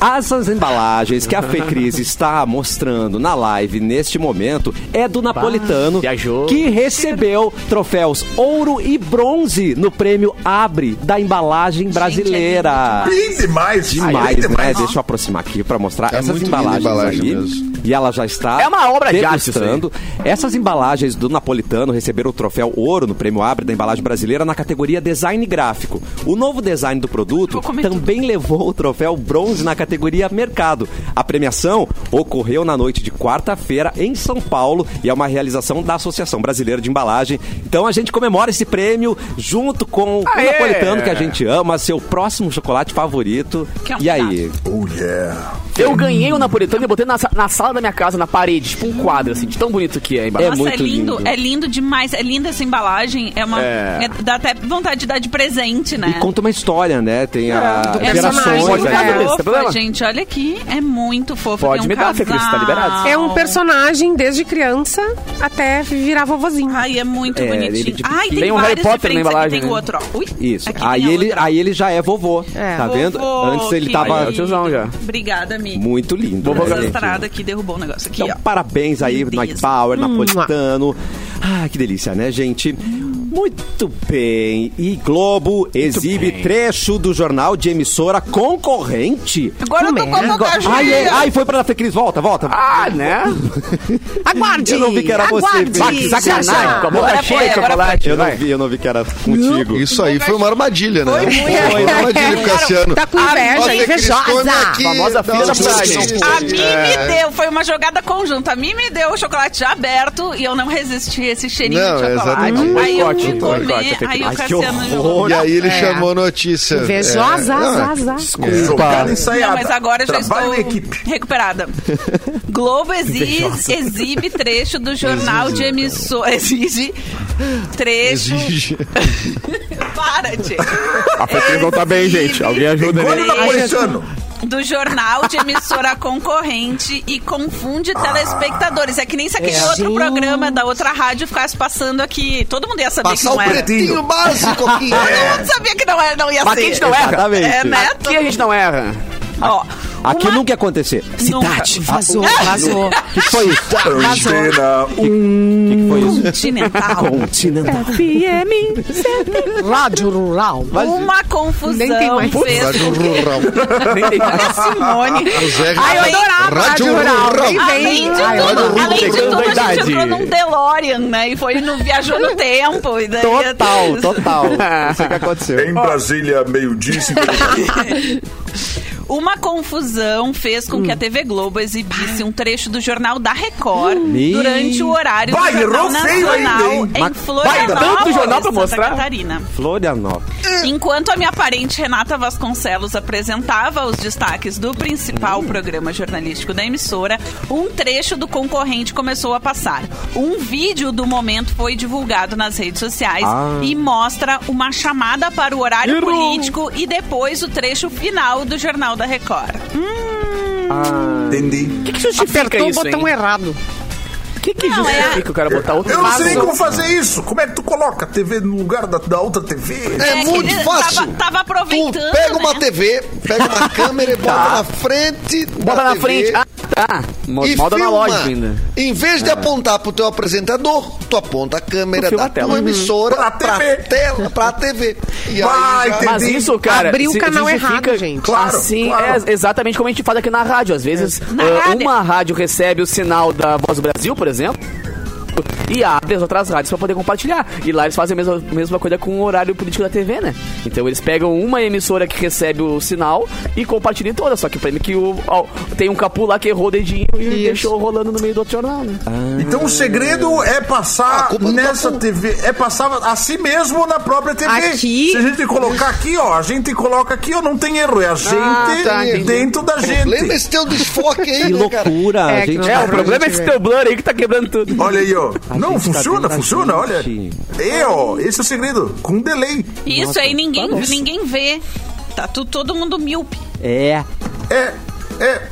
S1: Essas embalagens que a Fê Cris está mostrando na live neste momento é do Napolitano,
S2: viajou.
S1: que recebeu troféus ouro e bronze no prêmio Abre da embalagem brasileira.
S6: Bem demais.
S1: Demais,
S6: Bem
S1: né?
S6: demais.
S1: Deixa eu aproximar aqui pra mostrar
S7: É
S1: essas
S7: muito linda a
S1: embalagens
S7: embalagem
S1: aí.
S7: mesmo.
S1: E ela já está
S2: É uma obra de arte
S1: degustando. Essas embalagens do Napolitano receberam o troféu ouro no Prêmio Abre da embalagem brasileira na categoria design gráfico. O novo design do produto
S5: Vou comer
S1: também levou o troféu bronze na categoria mercado. A premiação ocorreu na noite de quarta-feira em São Paulo e é uma realização da Associação Brasileira de Embalagem. Então a gente comemora esse prêmio junto com
S2: Aê!
S1: o napolitano que a gente ama, seu próximo chocolate favorito.
S5: Que é um
S1: e aí?
S6: Oh, yeah.
S2: Eu ganhei o napolitano e botei na, sa- na sala da minha casa, na parede, tipo um quadro, assim, de tão bonito que é a embalagem.
S5: Nossa,
S1: muito
S5: é lindo,
S1: lindo.
S5: é lindo demais. É linda essa embalagem. É uma. é- dá até vontade de dar de presente, né?
S1: E conta uma história, né? Tem a
S3: É,
S1: gerações.
S3: personagem,
S1: né?
S3: é.
S5: é
S2: Tem problema?
S5: fofa, gente. Olha aqui. É muito fofa.
S2: Pode
S5: tem um
S2: me dar, Fê Cris, tá
S5: casal.
S2: liberado.
S3: É
S1: Ah.
S3: um personagem desde criança até virar vovozinho.
S5: Ai, é muito
S1: É, ele
S5: bonitinho.
S1: de
S5: Ai, tem,
S2: Tem um
S5: várias
S2: Harry Potter na
S5: diferentes. Aqui
S2: embalagem,
S5: Tem
S2: né?
S5: outro, ó. Ui,
S1: Isso.
S5: aqui
S1: Aí
S5: tem a
S1: ele,
S5: outra.
S1: aí ele já é vovô.
S3: É.
S1: Tá vendo?
S5: Vovô,
S1: Antes ele
S5: que
S1: tava
S2: Aí, tiozão já.
S5: Obrigada, amigo.
S1: muito lindo. né, gente?
S5: desastrada aqui, derrubou o negócio aqui,
S1: Então,
S5: ó.
S1: parabéns aí,
S5: Lindeza.
S1: Night Power, Napolitano. Ah, que delícia, né, gente? Muito bem. E Globo exibe trecho do jornal de emissora concorrente.
S5: Agora eu tô com
S1: Agora-
S5: vontade.
S1: Ai, ai, ai, foi pra Fê Cris. Volta, volta.
S2: Ah, né?
S3: Aguarde!
S1: Eu não vi que era você,
S3: aguarde,
S1: Fê. Que sacanagem,
S3: já, já.
S2: <laughs> Com a boca
S5: Agora
S2: cheia
S5: foi,
S2: de
S5: agora é
S2: chocolate.
S1: eu não
S2: vai.
S1: vi, eu não vi que era contigo.
S7: Isso aí foi uma armadilha, né? Foi, uma armadilha do Cassiano.
S3: Tá com inveja, invejosa.
S2: Famosa filha da
S7: frase.
S5: A mim
S7: É.
S5: me deu, foi uma jogada conjunta. A mim me deu o chocolate já aberto e eu não resisti a esse cheirinho
S7: Não,
S5: de chocolate.
S7: exatamente.
S5: Aí eu fui
S2: Boicote, boicote,
S5: comer,
S2: Fê Cris.
S5: aí
S1: Ai,
S5: o
S1: que
S5: Cassiano
S1: horror.
S5: jogou.
S7: E aí ele
S3: É.
S7: chamou a notícia.
S3: Invejosa,
S7: É, não,
S3: zaza.
S6: Jogada ensaiada.
S5: Não, mas agora eu já
S6: Trabalho
S5: estou
S6: em equipe.
S5: recuperada. Globo exi- exibe trecho do jornal de emissora. <laughs> Exige trecho.
S7: Exige.
S5: Para, gente.
S9: A Fecris não tá bem, gente. Alguém ajuda ele.
S6: Olha o napolitano.
S5: do jornal de emissora concorrente e confunde telespectadores. É que nem se aquele outro programa da outra rádio ficasse passando aqui. Todo mundo ia saber
S7: Passar
S5: que
S7: o
S5: não era.
S7: pretinho básico aqui.
S5: Todo mundo sabia que não era, não ia
S2: Mas
S5: ser.
S2: aqui a gente não erra.
S1: Exatamente.
S5: É, né?
S2: Aqui a gente não erra.
S5: Ó,
S1: Aqui
S5: uma-
S1: nunca ia acontecer.
S5: Nunca.
S1: Cidade.
S3: Vazou, vazou.
S1: O que foi isso?
S6: Antena um.
S1: O que foi isso?
S5: Continental.
S1: Continental.
S3: FM Rádio Rural.
S5: Uma confusão
S3: Nem tem mais.
S5: fez
S7: Rádio
S5: com que
S7: Rural.
S2: Nem tem
S5: a é Simone.
S7: José
S3: Ai, eu
S7: Rádio
S3: adorava Rádio Rural.
S7: Rural.
S3: Nem
S5: Além
S3: vem.
S5: de
S3: Ai,
S5: tudo,
S3: olha o
S5: além de
S9: Rodrigo
S5: tudo, a
S9: da
S5: gente
S9: idade.
S5: entrou num DeLorean, né? E foi no viajou no tempo. E daí
S1: Total,
S5: <laughs>
S1: total. Isso é que aconteceu.
S6: Em Brasília, meio-dia. e cinquenta e três.
S5: Uma confusão fez com que a TV Globo exibisse um trecho do jornal da Record
S1: Ih.
S5: durante o horário
S6: Vai,
S5: do Jornal
S6: errou feio ainda,
S5: Nacional
S6: hein?
S5: em Florianópolis,
S2: vai, tanto jornal pra
S5: Santa
S2: mostrar?
S5: Catarina.
S1: Florianópolis.
S5: Enquanto a minha parente Renata Vasconcelos apresentava os destaques do principal
S7: Hum.
S5: programa jornalístico da emissora, um trecho do concorrente começou a passar. Um vídeo do momento foi divulgado nas redes sociais
S1: Ah.
S5: e mostra uma chamada para o horário político e depois o trecho final do Jornal da Record.
S2: O
S6: Entendi.
S2: que, que justifica
S3: Apertou o
S2: isso,
S3: botão é-
S2: hein?
S3: errado.
S2: O que, que
S5: Não, é-
S2: justifica o cara botar outro
S6: Eu não sei nem
S2: vaso?
S6: como fazer isso. Como é que tu coloca a TV no lugar da, da outra TV?
S7: É
S5: que
S7: muito
S5: ele
S7: fácil.
S5: Tava, tava
S7: Tu
S5: aproveitando.
S7: pega uma
S5: né?
S7: TV, pega uma câmera e bota na frente.
S2: Bota
S7: da
S2: na
S7: TV
S2: frente. Ah, tá. Mo-
S7: E
S2: Modo
S7: filma.
S2: analógico ainda.
S7: Em vez de apontar pro teu apresentador, tu aponta a câmera
S2: Tu filma
S7: da
S2: a tela.
S7: tua
S2: Uhum.
S7: emissora
S6: Pra TV.
S7: tela, pra TV. E
S6: Vai,
S7: já-
S6: tem-
S2: Mas
S6: Entendi.
S2: isso, cara.
S3: Abriu o
S2: se-
S3: canal
S2: justifica-
S3: errado, gente.
S6: Claro,
S2: assim,
S6: claro.
S2: é exatamente como a gente faz aqui na rádio. Às vezes,
S5: Na
S2: ah,
S5: rádio.
S2: uma rádio recebe o sinal da Voz do Brasil, por exemplo, e abre as outras rádios pra poder compartilhar. E lá eles fazem a mesma, mesma coisa com o horário político da TV, né? Então eles pegam uma emissora que recebe o sinal e compartilham toda. Só que prêmio que o, ó, tem um capu lá que errou o dedinho e deixou rolando no meio do outro jornal, né?
S6: Então o segredo é
S7: A
S6: passar
S7: culpa do
S6: nessa
S7: Capu.
S6: TV, é passar assim mesmo na própria TV.
S3: Aqui?
S6: Se a gente colocar aqui, ó, a gente coloca aqui, ó, não tem erro, é a gente
S7: tá, entendi.
S6: dentro da
S7: Lembra
S6: gente.
S7: esse teu desfoque aí,
S1: Que
S7: né, cara?
S1: loucura,
S3: É, que
S1: gente.
S3: não
S2: É,
S3: dá
S2: o
S3: pra
S2: problema é
S3: gente
S2: esse
S3: ver.
S2: teu blur aí que tá quebrando tudo.
S6: Olha aí, ó. Não,
S1: gente tá
S6: funciona,
S1: dentro da
S6: funciona, olha.
S1: gente.
S6: É, ó, esse é o segredo, com delay.
S5: Isso aí ninguém, ninguém vê. Tá tu, todo mundo míope.
S1: É.
S6: É, é.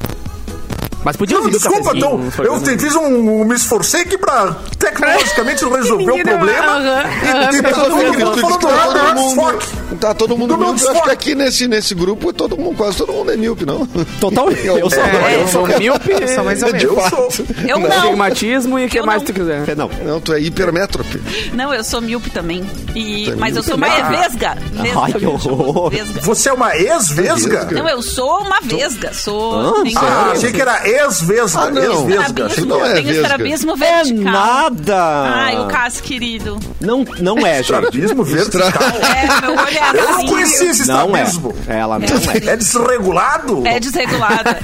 S2: Mas podia
S6: Não,
S2: ouvir o
S6: desculpa,
S2: cafezinho,
S6: então,
S2: nos
S6: eu
S2: programas.
S6: te- fiz um, um- me esforcei aqui pra tecnologicamente resolver o
S3: Menina, aham,
S6: problema.
S3: aham,
S6: E, e
S3: ficou
S6: todo
S3: todo
S6: mundo
S3: mundo
S6: falando
S7: Tá todo
S6: nada,
S7: mundo-
S6: desfoque.
S7: Tá todo mundo
S6: Do meu
S7: míope. Eu acho que
S6: desfoque.
S7: aqui nesse, nesse grupo todo mundo, quase todo mundo é míope, não? <laughs>
S1: Total. Eu sou.
S2: É, eu sou míope,
S3: Só mais ou menos.
S6: Eu sou.
S5: Eu não.
S2: astigmatismo e o que
S5: Eu
S2: mais
S5: não.
S2: tu quiser.
S1: Não.
S7: Não, tu é hipermétrope.
S5: Não, eu sou míope também. E,
S7: Tá
S5: mas eu
S7: míope?
S5: sou uma
S7: Ah.
S5: vesga. vesga
S1: Ai, que
S5: eu chamo
S1: horror.
S5: vesga.
S6: Você é uma ex-vesga?
S5: Não, eu sou uma vesga. Sou. ninguém-
S6: Ah, achei que era Ex-vesga.
S7: Ah, não.
S6: Ex-vesga.
S7: Isso não é
S5: tem o
S7: vesga.
S5: estrabismo
S1: É
S5: vertical.
S1: nada.
S5: Ai, o Cássio querido.
S1: Não, não é, gente.
S6: Estrabismo vertical.
S5: É, meu olho é
S6: Eu não
S5: assim.
S6: conhecia esse
S1: Não é.
S6: estrabismo.
S1: Ela não <laughs> é.
S6: É desregulado?
S5: É desregulada.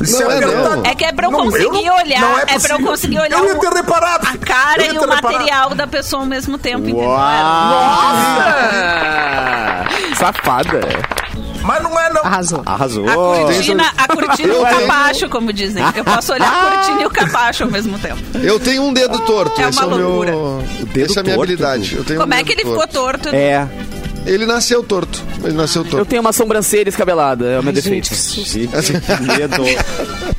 S6: Isso
S7: Não é,
S6: verdade.
S7: não.
S5: É que é pra eu
S6: Não,
S5: conseguir
S6: não-
S5: olhar,
S6: não
S5: é pra eu
S6: possível.
S5: conseguir olhar
S6: Eu ia
S5: o-
S6: ter reparado.
S5: A cara
S6: Eu ia
S5: e
S6: ter
S5: o
S6: reparado.
S5: material da pessoa ao mesmo tempo, entendeu?
S2: Ah, safada.
S6: Mas não é, não.
S3: Arrasou.
S1: Arrasou.
S5: A cortina, a cortina e o
S7: Eu tenho-
S5: capacho, como dizem. Eu posso olhar a cortina e o capacho ao mesmo tempo.
S7: Eu tenho um dedo torto.
S5: É uma
S7: esse é o meu.
S1: O dedo
S7: Essa é a minha
S1: torto,
S7: habilidade. Eu tenho
S5: Como
S7: um
S5: é
S7: dedo
S5: que ele ficou
S7: torto.
S5: torto?
S1: É.
S7: Ele nasceu torto. Ele nasceu
S2: Eu
S7: torto.
S2: tenho uma sobrancelha escabelada, é o meu defeito.
S1: Gente, que medo.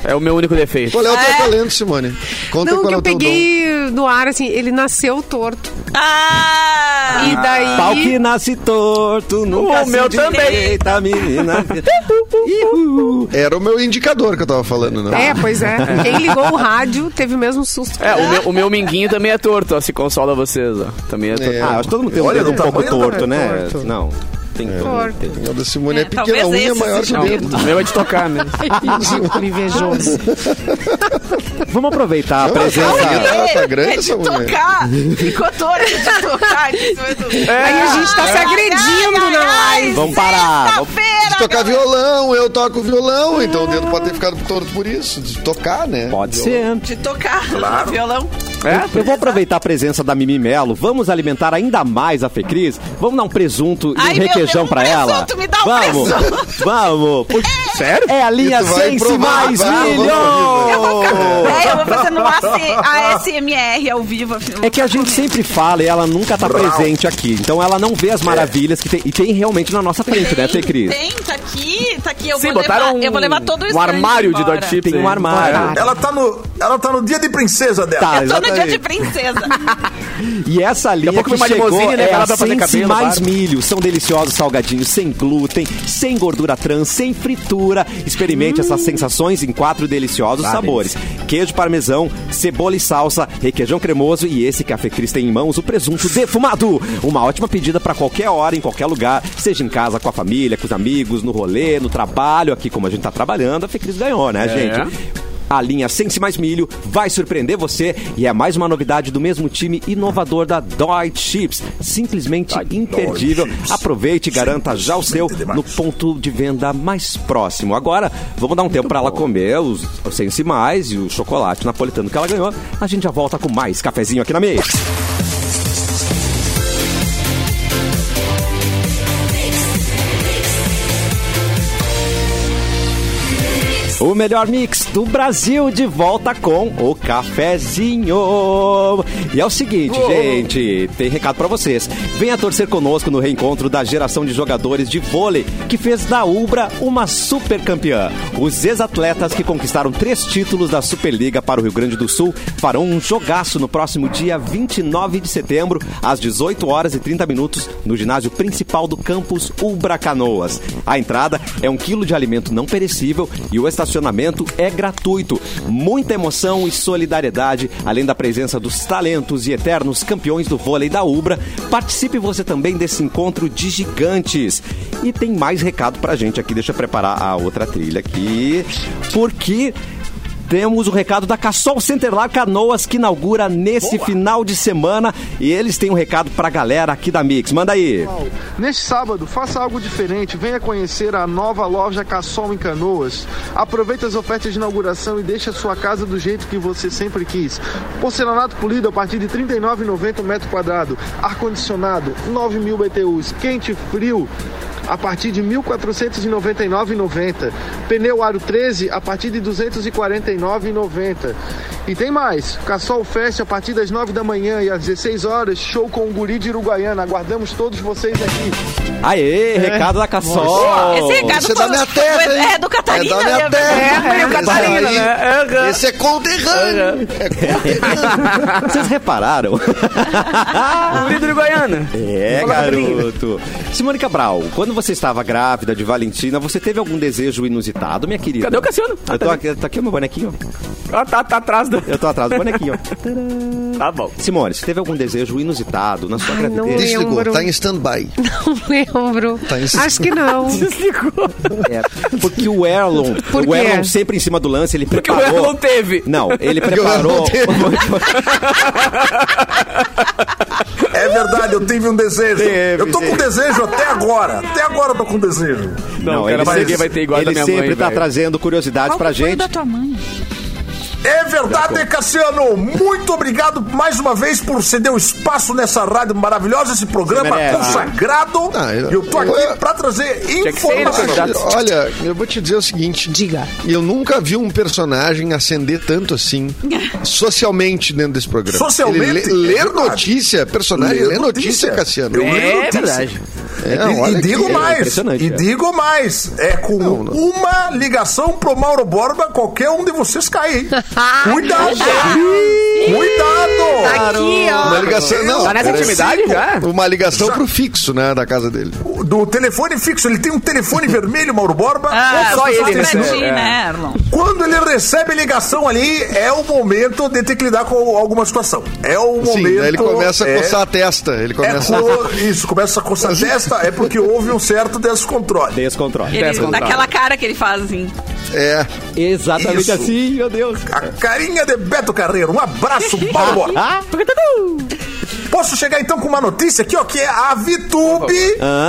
S2: É o meu único defeito.
S7: Qual é o teu
S5: É.
S7: talento, Simone? Conta
S3: Não,
S7: qual
S3: que
S7: é o
S3: eu
S7: teu
S3: peguei no ar, assim, ele nasceu torto.
S5: Ah!
S3: E daí.
S1: Pau que nasce torto, nunca
S2: O meu
S5: tá-
S1: se
S2: também.
S1: direita,
S5: <laughs>
S1: menina. Ihu.
S7: dom. Era o meu indicador que eu tava falando,
S5: Tá.
S7: né?
S3: É, pois é. Quem ligou o rádio teve o mesmo susto.
S2: É, o meu, o meu minguinho também é torto, ó, se consola vocês, ó. Também é torto.
S7: É.
S1: Ah, acho que todo mundo tem um
S6: Olha,
S1: dedo um
S5: tá
S6: do
S1: pouco
S6: tamanho do
S1: torto, né?
S3: torto.
S1: Não. Tem todo mundo
S3: Torto.
S1: tem.
S7: O da Simone é,
S5: É,
S7: pequeno,
S5: talvez
S7: a unha é
S5: esse
S7: maior que o
S5: seja o
S7: dedo.
S2: O meu é de tocar <laughs> mesmo.
S3: Me invejoso.
S1: Vamos aproveitar a
S7: Não, essa unha
S1: presença.
S7: tá- tá
S5: É
S7: grande,
S5: de
S7: essa mulher.
S5: tocar. Ficou torto de tocar. Isso é tudo.
S3: Aí a gente tá se agredindo na live.
S1: Vamos parar. Vamos...
S7: De tocar violão, eu toco violão, então o dedo pode ter ficado torto por isso. De tocar, né?
S1: Pode ser.
S5: De tocar no violão.
S1: Eu vou aproveitar a presença da Mimi Melo. Vamos alimentar ainda mais a Fecris. Vamos dar um presunto e
S5: Ai,
S1: um
S5: meu
S1: requeijão
S5: Deus, um
S1: pra ela.
S5: presunto, me dá um
S1: vamos,
S5: <laughs>
S1: vamos. Sério? É a linha
S7: E tu vai
S1: sem se
S7: provar,
S1: mais
S7: vai,
S1: milho.
S5: É, eu vou fazendo um AC, ASMR ao vivo. assim,
S1: É que a gente sempre fala e ela nunca tá presente aqui. Então ela não vê as maravilhas que tem. E tem realmente na nossa frente, né,
S5: tem,
S1: Fecris?
S5: tem, tá aqui, tá aqui. Eu,
S2: Sim,
S5: vou levar,
S2: botaram
S5: eu vou levar todo o
S2: um
S5: estande
S2: armário de
S5: embora.
S2: dog chips.
S1: Tem um
S2: aí.
S1: armário.
S6: Ela tá, no, ela tá no dia de princesa dela.
S1: Tá,
S5: Eu tô no dia de
S1: exatamente.
S5: princesa.
S1: E essa linha
S2: pouco
S1: que
S2: vem uma
S1: chegou
S2: limusine, né,
S1: é
S2: aquela
S1: a
S2: pra fazer
S1: sem
S2: cabelo,
S1: mais
S2: barba.
S1: milho. São deliciosos salgadinhos sem glúten, sem gordura trans, sem fritura. Experimente essas
S5: Hum.
S1: sensações em quatro deliciosos
S2: Tá,
S1: sabores. Queijo parmesão, cebola e salsa, requeijão cremoso e esse café Cris tem em mãos, o presunto defumado. Uma ótima pedida para qualquer hora, em qualquer lugar, seja em casa, com a família, com os amigos, no rolê, no trabalho, aqui como a gente tá trabalhando, a Fê Cris ganhou,
S2: É.
S1: né, gente? A linha Sense Mais Milho vai surpreender você e é mais uma novidade do mesmo time inovador da Deutsche Chips. Simplesmente imperdível. Aproveite e garanta já o seu
S6: demais.
S1: no ponto de venda mais próximo. Agora, vamos dar um tempo para ela comer os, os Sense Mais e o chocolate napolitano que ela ganhou. A gente já volta com mais cafezinho aqui na mesa. O melhor mix do Brasil de volta com o cafezinho. E é o seguinte, gente, tem recado pra vocês. Venha torcer conosco no reencontro da geração de jogadores de vôlei que fez da Ubra uma super campeã. Os ex-atletas que conquistaram três títulos da Superliga para o Rio Grande do Sul farão um jogaço no próximo dia 29 de setembro, às 18 horas e 30 minutos, no ginásio principal do campus Ubra Canoas. A entrada é um quilo de alimento não perecível e o estacionamento é gratuito. Muita emoção e solidariedade, além da presença dos talentos e eternos campeões do vôlei da Ubra. Participe você também desse encontro de gigantes. E tem mais recado pra gente aqui, deixa eu preparar a outra trilha aqui, porque temos o recado da Cassol Centerlar Canoas que inaugura nesse final de semana e eles têm um recado pra galera aqui da Mix. Manda aí.
S10: Neste sábado, faça algo diferente. Venha conhecer a nova loja Cassol em Canoas. Aproveite as ofertas de inauguração e deixe a sua casa do jeito que você sempre quis. Porcelanato polido a partir de R$ 39,90 o metro quadrado. Ar-condicionado, 9 mil BTUs. Quente e frio a partir de R$ 1.499,90. Pneu aro 13 a partir de R$ 249,90. E tem mais, Cassol Fest a partir das 9 da manhã e às 16 horas, show com o Guri de Uruguaiana. Aguardamos todos vocês aqui.
S1: Aê, recado da Cassol.
S5: Esse recado
S7: Esse é da
S5: foi-
S7: minha terra,
S5: foi-
S7: hein?
S5: é do Catarina,
S7: É da
S5: né?
S7: minha terra.
S2: É, é o Catarina,
S7: Esse
S2: né? É, é.
S7: Esse é conterrâneo. É conterrâneo.
S1: Vocês repararam?
S2: Líder Goiana.
S1: É, garoto. Simone Cabral, quando quando você estava grávida de Valentina, você teve algum desejo inusitado, minha querida?
S2: Cadê o Cassiano? Ah,
S1: Eu tô
S2: tá
S1: aqui, tá aqui o meu bonequinho.
S2: Ah, tá, tá atrás do.
S1: Eu tô atrás do <laughs> bonequinho.
S2: Tá bom.
S1: Simone, você teve algum desejo inusitado na sua
S3: Ai, não
S1: gravidez?
S3: lembro.
S7: Desligou,
S2: um
S7: tá em stand-by.
S3: Não <laughs> lembro.
S7: Tá em-
S3: Acho que não.
S2: Desligou.
S1: É, porque o Erlon,
S3: Por
S1: o
S3: quê?
S1: Erlon sempre em cima do lance, ele
S2: Porque o
S1: preparou.
S2: Erlon teve.
S1: Não,
S2: <laughs>
S1: ele
S7: o Erlon
S1: preparou.
S6: É verdade, eu tive um desejo.
S1: Teve,
S6: eu tô com
S1: teve.
S6: desejo até agora. Até agora eu tô com desejo.
S2: Não, cara,
S1: ele
S2: mas
S1: sempre-
S2: ninguém vai ter igual a da
S1: Ele
S2: minha
S1: sempre
S2: mãe,
S1: tá
S2: velho.
S1: trazendo curiosidades
S5: Qual
S1: pra
S5: que foi o
S1: gente.
S5: da tua mãe?
S6: É verdade, Cassiano. Muito obrigado mais uma vez por ceder um espaço nessa rádio maravilhosa, esse programa
S1: Você merece.
S6: consagrado.
S7: Ah, eu-
S6: eu, tô aqui
S7: eu-
S6: pra trazer
S2: que ser ele,
S6: informações.
S2: candidato.
S7: Olha, eu vou te dizer o seguinte.
S3: Diga.
S7: Eu nunca vi um personagem acender tanto assim socialmente dentro desse programa.
S6: Socialmente?
S7: Ele lê-
S6: É
S7: ler
S6: verdade.
S7: notícia, personagem
S6: Ler
S7: lê notícia,
S6: notícia.
S7: Cassiano.
S6: Eu-
S2: É
S6: Meu Deus.
S2: verdade.
S7: É,
S6: E- e,
S7: olha
S6: digo
S7: que-
S6: mais,
S1: impressionante,
S6: e
S1: é.
S6: digo mais, é com
S7: Não, não.
S6: uma ligação pro Mauro Borba, qualquer um de
S5: <laughs>
S6: vocês cair. Cuidado! Cuidado!
S3: Aqui,
S7: Uma
S3: ó.
S7: ligação, não.
S2: Tá nessa
S7: era
S2: intimidade já?
S7: Uma ligação pro fixo, né, da casa dele.
S6: Do telefone fixo, ele tem um telefone vermelho, Mauro Borba.
S5: Ah,
S6: Outras
S5: só
S6: pessoas
S5: ele,
S6: têm
S5: pra
S6: esse
S5: ti, né, Erlon?
S6: Quando ele recebe ligação ali, é o momento de ter que lidar com alguma situação. É o momento.
S7: Sim, daí ele começa
S6: é,
S7: a coçar a testa. Ele
S6: é
S7: começa
S6: co- isso, começa a coçar a testa, é porque houve um certo descontrole.
S1: Descontrole.
S2: tá
S5: Ele, daquela cara que ele faz assim.
S7: É.
S1: Exatamente
S6: Isso.
S1: assim, meu Deus.
S6: A carinha de Beto Carreiro.
S5: <laughs>
S6: Um abraço, Mauro Borba.
S5: Ah,
S6: Posso chegar então com uma notícia aqui, ó, que é a Vitube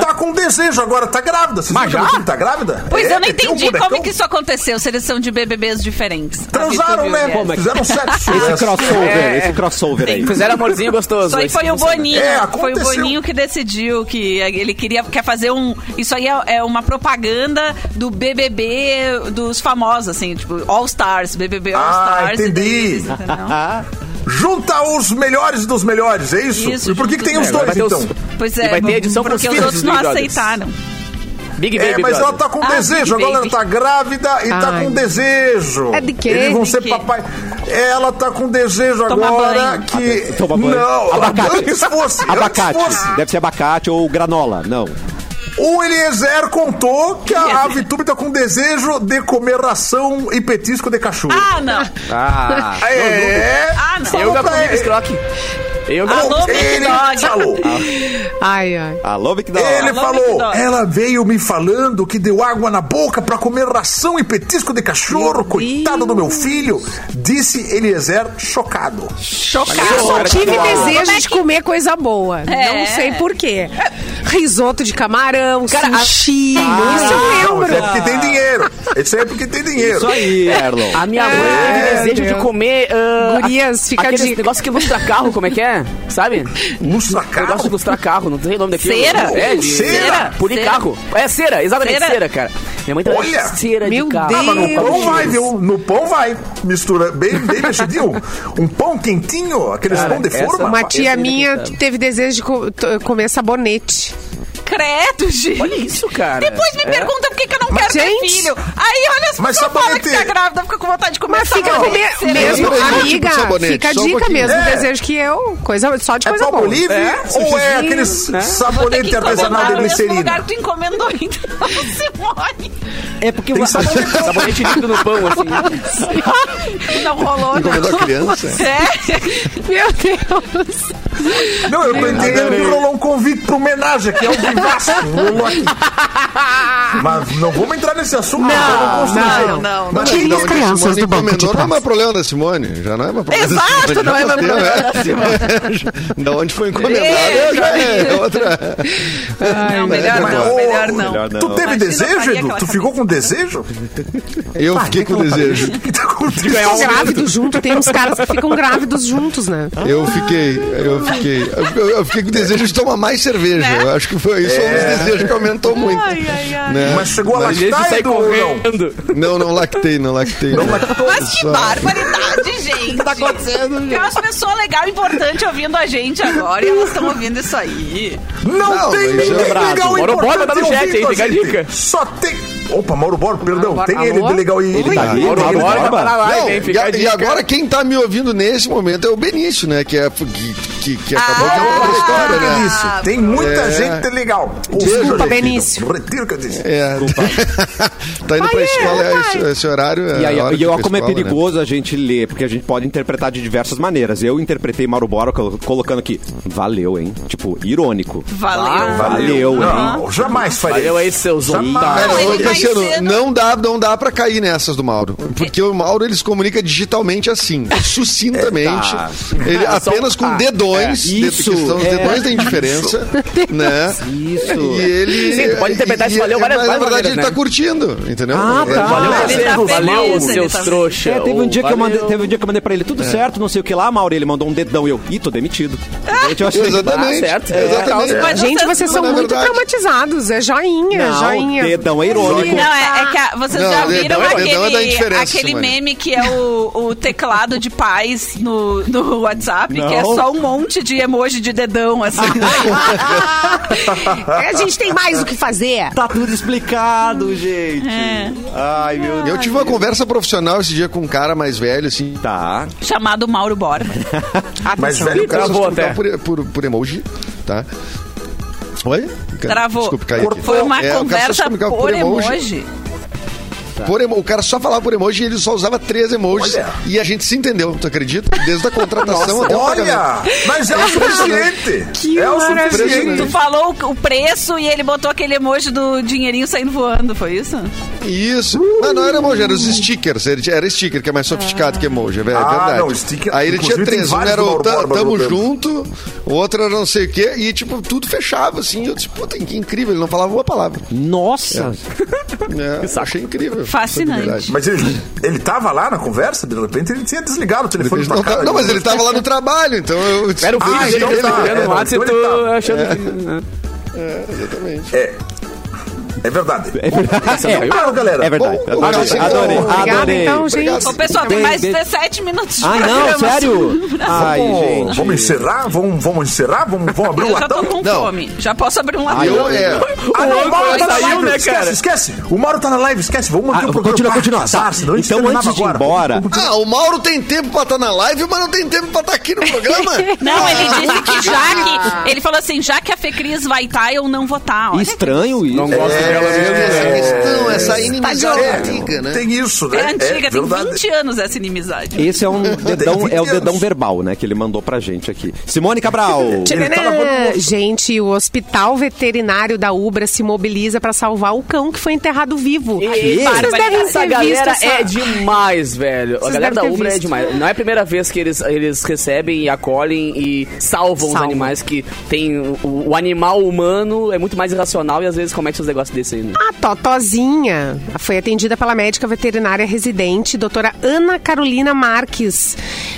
S6: tá com desejo agora, tá grávida. Vocês Mas já? Tá grávida?
S5: Pois
S6: É,
S5: eu não
S6: tem um
S5: entendi como
S6: bonecão.
S5: que isso aconteceu, se eles são de BBBs diferentes.
S6: Transaram, né?
S5: Como é que...
S6: Fizeram sexo. né?
S1: Esse crossover,
S2: É, é.
S1: esse crossover aí.
S2: Fizeram amorzinho gostoso.
S5: Isso aí foi o Boninho.
S6: É,
S5: foi o
S6: aconteceu.
S5: Boninho que decidiu que ele queria quer fazer um. Isso aí é, é uma propaganda do BBB dos famosos, assim, tipo All Stars, BBB All
S6: Ah,
S5: Stars. e daí
S6: entendi.
S5: eles, entendeu?
S6: Junta os melhores dos melhores, é isso?
S5: Isso,
S6: e por que,
S5: junta
S6: que tem
S5: os
S6: os dois,
S2: melhores.
S6: então?
S5: Pois é,
S2: E vai ter edição com os
S5: porque os
S2: filhos
S5: outros
S2: dos
S5: não
S2: Big Brothers.
S5: aceitaram.
S2: Big
S6: É,
S2: Baby.
S6: mas ela
S2: brother.
S6: tá com
S5: Ah,
S6: desejo,
S5: Big
S6: agora
S5: Baby.
S6: ela tá grávida e tá
S3: Ai.
S6: com desejo.
S3: É de quê?
S6: Eles vão
S3: De
S6: ser
S5: quê?
S6: papai. Ela tá com desejo
S5: Toma
S6: agora
S5: banho.
S6: que.
S1: Ah, Toma banho.
S6: Não,
S1: Abacate.
S6: antes fosse.
S1: Abacate.
S6: Antes fosse.
S1: Deve ser abacate ou granola. Não.
S6: O Eliezer contou que a, a Vitube tá com desejo de comer ração e petisco de cachorro.
S5: Ah,
S6: <laughs>
S5: não.
S1: Ah.
S6: é.
S5: Ah, não.
S2: Eu
S6: Falou
S2: já
S6: pra
S2: comi
S6: ele.
S2: biscroque. Eu já
S5: Alô, Big
S6: Ele
S5: Dog.
S6: falou.
S3: Ai, ai.
S1: Alô, Big Dog.
S6: Ele
S5: Alô,
S6: falou,
S5: Big Dog.
S6: ela veio me falando que deu água na boca pra comer ração e petisco de cachorro, coitado do meu filho, disse Eliezer chocado.
S3: Eu
S5: Chocado.
S3: só tive
S6: Como é
S3: desejo de comer coisa boa.
S5: É.
S3: Não sei porquê. Risoto de camarão,
S2: Cara,
S3: sushi. Ah, isso eu
S6: Não,
S3: lembro.
S6: isso é porque tem dinheiro. Isso aí é porque tem dinheiro.
S1: Isso aí, Erlon.
S2: A minha mãe teve desejo de
S3: meu.
S2: comer. ah,
S3: Gurias, fica a
S2: aqueles
S3: dica.
S2: negócio que lustra carro, como é que é? Sabe?
S6: Lustra
S2: Negócio de
S6: carro.
S2: lustrar carro, não tem nome daquilo.
S5: Cera?
S2: É, de-
S6: Cera?
S2: Polir
S5: Cera.
S2: carro. É cera, exatamente
S5: Cera.
S2: cera, cara. Minha mãe tava
S6: Olha.
S2: cera
S3: Meu
S2: de carro.
S3: Deus.
S6: Ah, mas no
S3: Meu
S6: pão vai,
S3: Deus.
S6: viu? No pão vai. Mistura bem, bem mexidinho. Um pão quentinho, aqueles pão de
S2: essa-
S6: forma.
S3: Uma
S6: rapaz.
S3: tia minha teve desejo de co- t- comer sabonete.
S5: Credo, gente.
S2: Olha isso, cara.
S5: Depois me
S2: É.
S5: pergunta por que, que eu não
S3: Mas,
S5: quero ter
S3: gente,
S5: filho. Aí olha as
S6: mas
S5: pessoas falam que
S6: sabonete-
S5: tá grávida, fica com vontade de comer
S3: Mas fica
S5: Ah, sabonete, cera.
S3: comer mesmo,
S7: Tipo
S3: amiga.
S7: sabonete,
S3: fica a
S7: só um
S3: dica
S7: pouquinho.
S3: mesmo.
S6: É.
S3: Desejo que eu. Coisa, só de
S6: É
S3: coisa
S6: pau
S3: boa.
S6: livre ou é aqueles
S5: Vou ter que
S6: sabonete
S5: encomendar
S6: artesanal de
S5: no mesmo lugar
S6: glicerina?
S5: que tu encomendou, então, Simone.
S1: É porque
S6: Tem sabonete
S2: Sabonete líquido no pão, assim.
S5: Não rolou,
S7: Encomendou
S5: não.
S7: a criança?
S5: É.
S3: Meu Deus.
S6: Não, eu tô entendendo que rolou um convite pra homenagem, que é um vivaço. Rolou aqui. Mas não vamos entrar nesse assunto. Ah, Não,
S3: Não, não.
S7: Mas
S3: Tirem
S7: Ah, não,
S3: as
S7: de
S3: crianças
S7: Simone
S3: do banco de
S7: encomendou,
S3: trás.
S7: Não é mais problema da Simone. Já não é mais problema
S5: Exato,
S7: da Simone.
S5: não é mais
S7: mais <laughs>
S5: problema
S7: da onde foi encomendado,
S5: Eu
S7: já é outra.
S5: Não, melhor
S6: Mas,
S5: não,
S6: ô,
S5: melhor não.
S1: melhor
S6: Tu teve
S5: Imagina a
S6: desejo,
S5: Maria com
S6: Edu? Tu
S5: essa
S6: ficou com desejo?
S7: Eu fiquei com desejo.
S6: O que tá acontecendo?
S3: Ficam grávidos junto. Tem uns caras que ficam grávidos juntos, né?
S7: Eu fiquei, eu fiquei. Eu, eu fiquei com desejo de tomar mais cerveja. Eu acho que foi isso um dos desejos que aumentou muito.
S5: Ai, ai, ai.
S7: né?
S6: Mas chegou a
S7: Mas
S2: Deixa eu
S6: lactar,
S2: sair
S6: Edu, ou não?
S2: correndo.
S7: Não, não lactei, não lactei. Não lactou.
S5: Mas que
S7: <laughs>
S5: barbaridade, gente. O que tá acontecendo, Tem umas pessoas legais e importantes ouvindo a gente agora e elas estão ouvindo isso aí.
S6: Não,
S7: Não,
S6: tem
S7: mas
S6: ninguém
S7: eu-
S6: legal
S2: Bora, bora,
S6: importante
S2: tá no chat aí,
S6: ouvindo a
S2: fica a
S6: gente.
S2: dica.
S6: Só tem... Opa, Mauro Borba, perdão.
S3: Mauro Borba.
S6: Tem ele
S3: Alô?
S6: de legal aí. Ele
S1: Oi?
S6: tá ali.
S1: Mauro
S6: tem ele de
S1: Borba?
S6: legal.
S2: Tá na live,
S7: Não,
S2: hein?
S7: e,
S2: Fica a
S7: a- e
S2: dica.
S7: agora quem tá me ouvindo nesse momento é o Benício, né? Que, é, que, que, que acabou de
S6: Outra
S7: contar a história,
S6: É história,
S7: né?
S6: Ah, Benício. Tem muita
S7: É.
S6: gente de legal.
S3: Desculpa,
S6: Retiro,
S3: Benício.
S6: Retiro o que eu disse.
S7: É, <laughs> tá indo pra escola, é, esse, esse horário. É
S1: E aí,
S7: a hora
S1: e
S7: de ir
S1: olha
S7: pra
S1: como é
S7: escola, né?
S1: perigoso a gente ler, porque a gente pode interpretar de diversas maneiras. Eu interpretei Mauro Borba col- colocando aqui, valeu, hein? Tipo, irônico.
S5: Valeu.
S7: Ah,
S1: Valeu, hein?
S6: Não, jamais faria.
S2: Ah, Valeu aí, seus
S6: Jamais.
S2: otários.
S7: Cara,
S5: Não,
S7: ô,
S5: ele vai
S7: Cassiano,
S5: cedo.
S7: não dá, não dá pra cair nessas do Mauro. Porque o Mauro, ele se comunica
S2: <laughs>
S7: digitalmente assim, sucintamente. Ele
S2: Ah, só-
S7: apenos com
S2: ah,
S7: dedões.
S1: é.
S7: de-
S1: Isso,
S7: questão, os
S1: é.
S7: dedões tem
S2: <laughs>
S7: diferença, né?
S1: Isso.
S7: E ele...
S2: Sim, tu pode interpretar isso,
S7: e-
S2: valeu várias-
S7: Mas, na
S2: várias
S7: verdade,
S2: maneiras,
S7: ele tá
S2: né?
S7: curtindo, entendeu?
S1: Ah,
S7: É,
S1: tá.
S7: valeu.
S2: Valeu,
S5: Ele tá
S2: seus, valeu,
S5: feliz, ele
S2: seus
S5: tá-
S2: trouxa.
S1: É, teve um, dia que eu mandei,
S2: Valeu.
S1: teve um dia que eu mandei pra ele, tudo certo, não sei o que lá, Mauro, ele mandou um dedão e eu, ih, tô demitido. Gente, eu achei que-
S7: Exatamente.
S2: Ah, certo.
S7: Exatamente.
S2: É,
S5: Mas
S3: Gente,
S5: vocês-
S3: vocês são
S7: Mas na
S3: muito
S7: verdade-
S3: traumatizados. É joinha,
S1: Não,
S3: joinha.
S1: dedão é irônico.
S5: Não, é, é que a- vocês
S7: Não,
S5: já
S7: o dedão
S5: viram
S7: é- o
S5: aquele,
S7: dedão é da indiferença,
S5: aquele
S7: Simone.
S5: meme que é o, o teclado de paz no, no WhatsApp,
S1: Não.
S5: que é só um monte de emoji de dedão,
S7: <laughs>
S5: assim.
S3: É, a gente tem mais o que fazer.
S1: Tá tudo explicado, gente. Ai, meu Deus.
S7: Eu tive uma conversa profissional esse dia com um cara mais velho, assim,
S1: Tá.
S5: chamado Mauro Borba.
S6: Mas velho,
S7: O cara
S2: Travou
S7: só se comunicava
S2: até.
S7: por, por, por emoji, tá? Oi?
S5: Travou.
S7: Desculpa, caiu aqui.
S5: Foi uma
S7: É, o cara só se
S5: conversa por,
S7: comunicava
S5: emoji.
S7: Por emo- O cara só falava por emoji e ele só usava três emojis.
S6: Olha.
S7: E a gente se entendeu, tu acredita? Desde a contratação até o pagamento.
S6: Olha,
S1: <laughs>
S6: mas é o suficiente.
S3: Que
S6: é o
S3: maravilha.
S6: suficiente.
S5: Tu falou o- o preço e ele botou aquele emoji do dinheirinho saindo voando, foi isso?
S7: Isso. Não, não era emoji, era os stickers. Ele tinha- Era sticker, que é mais sofisticado que emoji, é ver- é
S6: Ah,
S7: verdade.
S6: não, sticker-
S7: Aí ele tinha
S6: inclusive tem
S7: três. Um
S6: vários
S7: era
S6: do
S7: o
S6: Mauro
S7: ta-
S6: Borba
S7: tamo
S6: no
S7: junto, o outro era não sei o quê. E, tipo, tudo fechava, assim. Eu disse, puta, que incrível. Ele não falava uma palavra.
S1: Nossa.
S7: É, achei incrível.
S5: Fascinante.
S7: Foi verdade.
S6: Mas ele, ele tava lá na conversa, de repente ele tinha desligado o telefone
S7: Ele
S6: pra
S7: não,
S6: cara.
S7: tá- não, mas ele tava lá no trabalho, então eu.
S2: Era o
S6: Ah,
S2: vídeo
S6: então
S2: dele
S6: tá,
S2: olhando
S6: é,
S2: o WhatsApp e
S6: então ele
S2: tu
S6: tá.
S2: achando que...
S6: É, é verdade.
S1: É verdade. É,
S6: Claro, galera.
S1: é verdade.
S7: Bom,
S1: Adorei,
S7: Cassio,
S1: adorei.
S7: então,
S3: Obrigada,
S1: adorei.
S3: então,
S7: Obrigado.
S3: gente.
S5: Ô, pessoal, tem
S1: Bem,
S5: mais
S1: bem.
S5: 17 minutos de
S1: Ah, não,
S5: programa. assim.
S1: sério? Ai,
S6: Vamos-
S1: gente.
S6: Vamos encerrar? Vamos, vamos encerrar? Vamos, vamos abrir o
S5: Eu já tô
S6: latão?
S5: com
S7: Não.
S5: fome. Já posso abrir um latão.
S7: Eu, é.
S6: Ah, não, o Mauro tá na
S2: saiu, né,
S6: live,
S2: cara?
S6: esquece, esquece. O Mauro tá na live, esquece. Vamos manter
S1: Ah,
S6: o programa.
S1: continua,
S6: pra
S1: continua.
S6: casar,
S1: Tá.
S6: senão a gente
S1: Então,
S6: terminava
S1: antes de ir
S6: agora.
S1: embora-
S7: Ah, o Mauro tem tempo pra estar na live, mas não tem tempo pra estar aqui no programa.
S5: Não, ele disse que já
S7: <laughs>
S5: que. Ele falou assim: já que a Fecris vai estar, eu não vou estar. Olha
S1: é Estranho isso. É.
S2: Não gosto dela mesmo,
S7: Essa
S2: né?
S7: questão, essa inimizade
S6: É,
S7: antiga, né?
S6: Tem isso, né?
S5: É antiga, tem
S6: verdade.
S5: 20 anos essa inimizade.
S1: Esse é um dedão, é o
S6: 20
S1: dedão
S6: anos.
S1: verbal, né, que ele mandou pra gente aqui. Simone Cabral.
S6: Ele tá na boca do bolso.
S3: Gente, o hospital veterinário da Ubra se mobiliza pra salvar o cão que foi enterrado vivo. Vocês devem
S2: Essa
S3: ter visto
S2: galera
S3: essa...
S2: é demais, velho. a
S3: Vocês
S2: galera da
S3: devem ter
S2: Ubra é
S3: visto.
S2: demais. Não é a primeira vez que eles, eles recebem e acolhem e salvam os
S3: Salvam.
S2: animais que tem... O, o animal humano é muito mais irracional e às vezes comete uns negócios desse aí, né?
S3: A Totozinha foi atendida pela médica veterinária residente, doutora Ana Carolina Marques,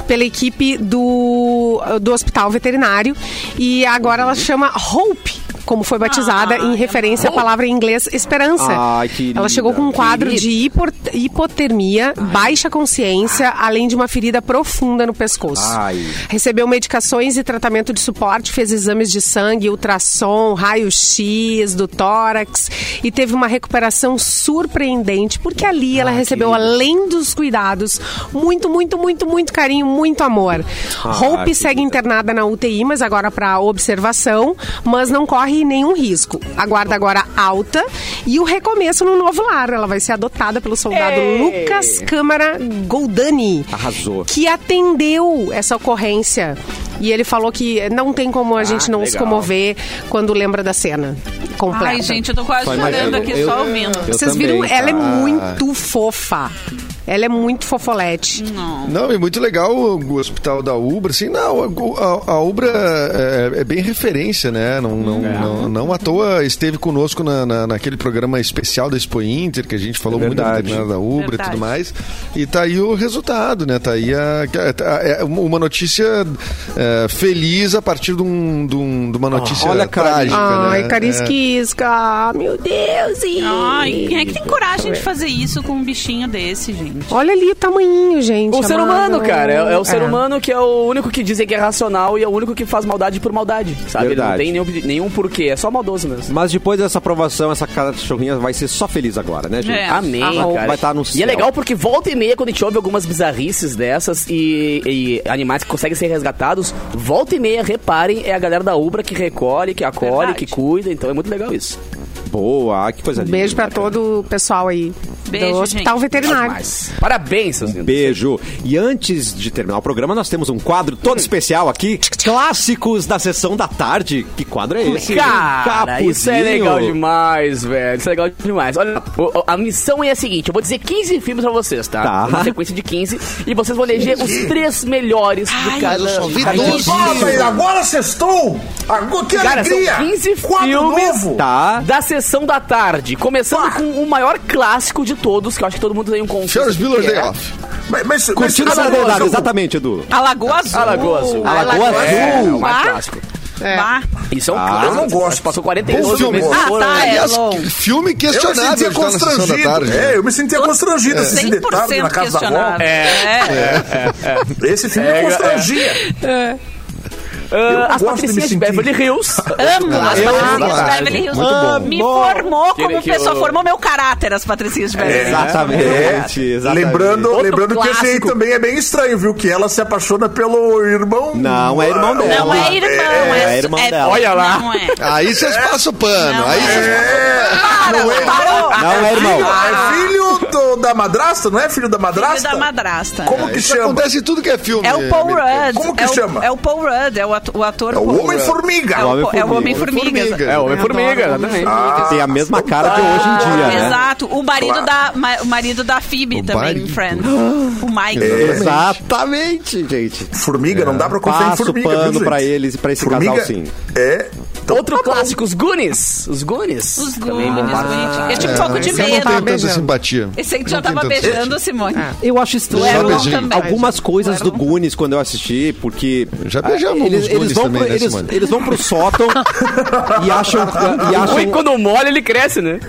S3: pela equipe do, do Hospital Veterinário. E agora ela chama Hope. Como foi batizada em referência à palavra em inglês esperança.
S1: Ai, querida,
S3: Ela chegou com um quadro de hipor- hipotermia, baixa consciência, além de uma ferida profunda no pescoço.
S1: Ai.
S3: Recebeu medicações e tratamento de suporte, fez exames de sangue, ultrassom, raio-x do tórax e teve uma recuperação surpreendente, porque ali ela recebeu, além dos cuidados, muito, muito, muito, muito carinho, muito amor. Hope segue internada na UTI, mas agora para observação, mas não corre nenhum risco. Aguarda agora alta e o recomeço no novo lar. Ela vai ser adotada pelo soldado Lucas Câmara Goldani
S1: Arrasou.
S3: que atendeu essa ocorrência. E ele falou que não tem como a gente não se
S2: legal.
S3: comover quando lembra da cena completa.
S5: Ai, gente, eu tô quase
S1: Só
S5: chorando
S1: imagino.
S5: aqui,
S1: Eu-
S5: só ouvindo.
S1: eu
S3: Vocês
S1: também,
S3: viram?
S1: tá?
S3: Ela é muito fofa. Ela é muito fofolete.
S7: Não, e muito legal o hospital da Ubra, assim, não, a, a- a Ubra é, é bem referência, né? Não, não,
S6: É.
S7: não, não à toa esteve conosco na, na- naquele programa especial da Expo Inter, que a gente
S6: É
S7: falou muito da
S1: Verdade.
S7: veterinária da Ubra e tudo mais. E tá aí o resultado, né? Tá aí a- a- a- é uma notícia é, é, feliz a partir de, um, de, um-
S6: Ah,
S7: de uma notícia
S1: olha, cara.
S7: trágica.
S3: Ai,
S7: né? É.
S3: carisquisca. Meu Deus. e-
S5: Ai, quem é que tem coragem de fazer isso com um bichinho desse, gente?
S3: Olha ali o tamanhinho, gente.
S2: O ser humano,
S3: amado.
S2: cara. É, é o ser humano que é o único que dizem que é racional e é o único que faz maldade por maldade, sabe? Ele
S1: Verdade.
S2: não tem nenhum, nenhum porquê, é só maldoso mesmo.
S1: Mas depois dessa aprovação, essa cachorrinha vai ser só feliz agora, né, gente?
S5: É.
S2: Amém,
S1: Ah,
S2: cara.
S1: vai estar no
S2: E é
S1: céu.
S2: legal porque volta e meia, quando a gente ouve algumas bizarrices dessas e, e animais que conseguem ser resgatados, volta e meia, reparem, é a galera da Ubra que recolhe, que acolhe,
S5: Verdade.
S2: que cuida. Então é muito legal isso.
S1: Boa, ah, que coisa
S3: Um
S1: linda.
S3: beijo pra todo o pessoal aí
S5: Beijo,
S3: do Hospital
S5: gente.
S3: Veterinário.
S2: Mas, parabéns, seus lindos.
S1: Beijo. E antes de terminar o programa, nós temos um quadro todo especial aqui. Clássicos da sessão da tarde. Que quadro é esse?
S2: Cara, isso é
S1: Capuzinho.
S2: legal demais, velho. Isso é legal demais. Olha, o- o- a missão é a seguinte: eu vou dizer 15 filmes pra vocês, tá?
S1: Tá.
S2: Uma sequência de 15. E vocês vão eleger os três melhores
S5: Ai,
S2: do cada.
S7: eu só vi
S2: cada
S7: doze.
S2: filme.
S6: Ah, velho, agora cestou! Agora, que
S2: Cara, são
S6: alegria!
S2: 15
S6: Quadro
S2: filmes
S6: novo!
S1: Tá.
S2: da sessão da tarde. Começando com o maior clássico de todos, que eu acho que todo mundo tem um consenso.
S7: Ferris Bueller's
S2: que é
S7: Day Off.
S6: Mas, mas,
S1: Curtindo
S6: mas-
S1: essa é
S6: Alagoas,
S1: verdade, Uh,
S6: o-
S1: exatamente, Edu.
S5: A Lagoa Azul.
S2: Alagoa Azul.
S1: Alagoa
S2: É, é o
S1: Azul.
S2: mais
S5: Ah.
S2: clássico.
S3: É.
S5: Bah.
S2: Isso é um
S1: Ah,
S2: clássico.
S6: Uh, tá. eu não gosto.
S2: Passou 42
S7: Bom
S2: meses.
S7: filme.
S5: Ah, tá, é
S7: Aliás,
S5: long.
S7: filme
S6: Eu me
S7: questionável
S6: sentia
S7: de estar na né, sessão da
S6: constrangido.
S7: tarde. né?
S6: é, eu me sentia constrangido esse detalhe na
S5: 100%
S6: casa da avó.
S5: questionado. É.
S6: Esse filme eu
S2: É,
S6: constrangia. Eu
S2: Ah, as
S6: gosto de me
S2: Patricinhas de
S6: sentir.
S2: Beverly
S6: <laughs>
S2: Hills.
S5: Amo as
S7: Eu
S5: Patricinhas de
S7: adoro.
S5: Beverly Hills.
S7: Muito
S5: Ah,
S7: bom.
S5: Me formou
S2: Aquele
S5: como
S2: que
S5: pessoa,
S2: o-
S5: formou meu caráter as Patricinhas de Beverly Hills.
S1: Exatamente, exatamente.
S6: Lembrando,
S2: Outro
S6: lembrando que esse aí
S2: clássico.
S6: também é bem estranho, viu? Que ela se apaixona pelo irmão.
S1: Não, é irmão dela.
S5: Não é irmão, é,
S1: É, é irmão dela.
S2: Olha lá.
S5: Não é.
S7: Aí vocês passam o pano.
S5: Não,
S7: aí vocês
S5: Para, parou.
S1: Não é irmão.
S6: É filho do- da madrasta, não é filho da
S5: Ah. Filho
S6: madrasta?
S5: da madrasta.
S6: Como que
S7: é- Isso
S6: chama?
S7: acontece em tudo que é filme.
S5: É o Paul
S7: americano.
S5: Rudd.
S6: Como que
S5: é o,
S6: chama?
S5: É o Paul Rudd, é o ato- o ator.
S6: É o
S5: Paul
S1: né?
S5: Rudd.
S6: Homem-Formiga.
S5: É o po- é
S1: Homem-Formiga.
S5: o Homem-Formiga.
S7: Formiga.
S2: É, o Homem-Formiga, exatamente.
S6: Ah,
S1: Tem a mesma cara de hoje em dia, né?
S5: Ah, Exato. O marido da, ma- o marido da Phoebe
S7: O
S5: também,
S7: marido.
S5: em Friends. O Mike.
S1: Exatamente, gente.
S6: É, Formiga, não dá pra confiar em
S1: Passo
S6: formiga. viu,
S1: é, pano
S6: gente?
S1: pra eles e pra esse
S6: Formiga
S1: casal, sim.
S6: É. Então,
S2: Outro clássico, os Goonies. Os Goonies.
S5: Os
S2: Também bom.
S5: Goonies, gente. Eu tive um
S7: É,
S5: pouco de
S7: esse Eu não tenho
S5: medo.
S7: tanta simpatia.
S5: Esse aí que já
S7: Não tenho
S5: tava
S7: tanta
S5: beijando, Simone.
S1: Eu acho estranho
S7: Só beijinho.
S5: também.
S1: algumas coisas do
S5: Claro.
S1: Goonies quando eu assisti, porque.
S7: Já beijamos
S1: eles,
S7: alguns
S1: eles
S7: Goonies
S1: vão
S7: também,
S1: pro,
S7: né,
S1: eles,
S7: Simone?
S1: eles vão pro sátão e acham. E,
S2: O
S1: acham
S2: ruim, quando molha, Um ele cresce, né?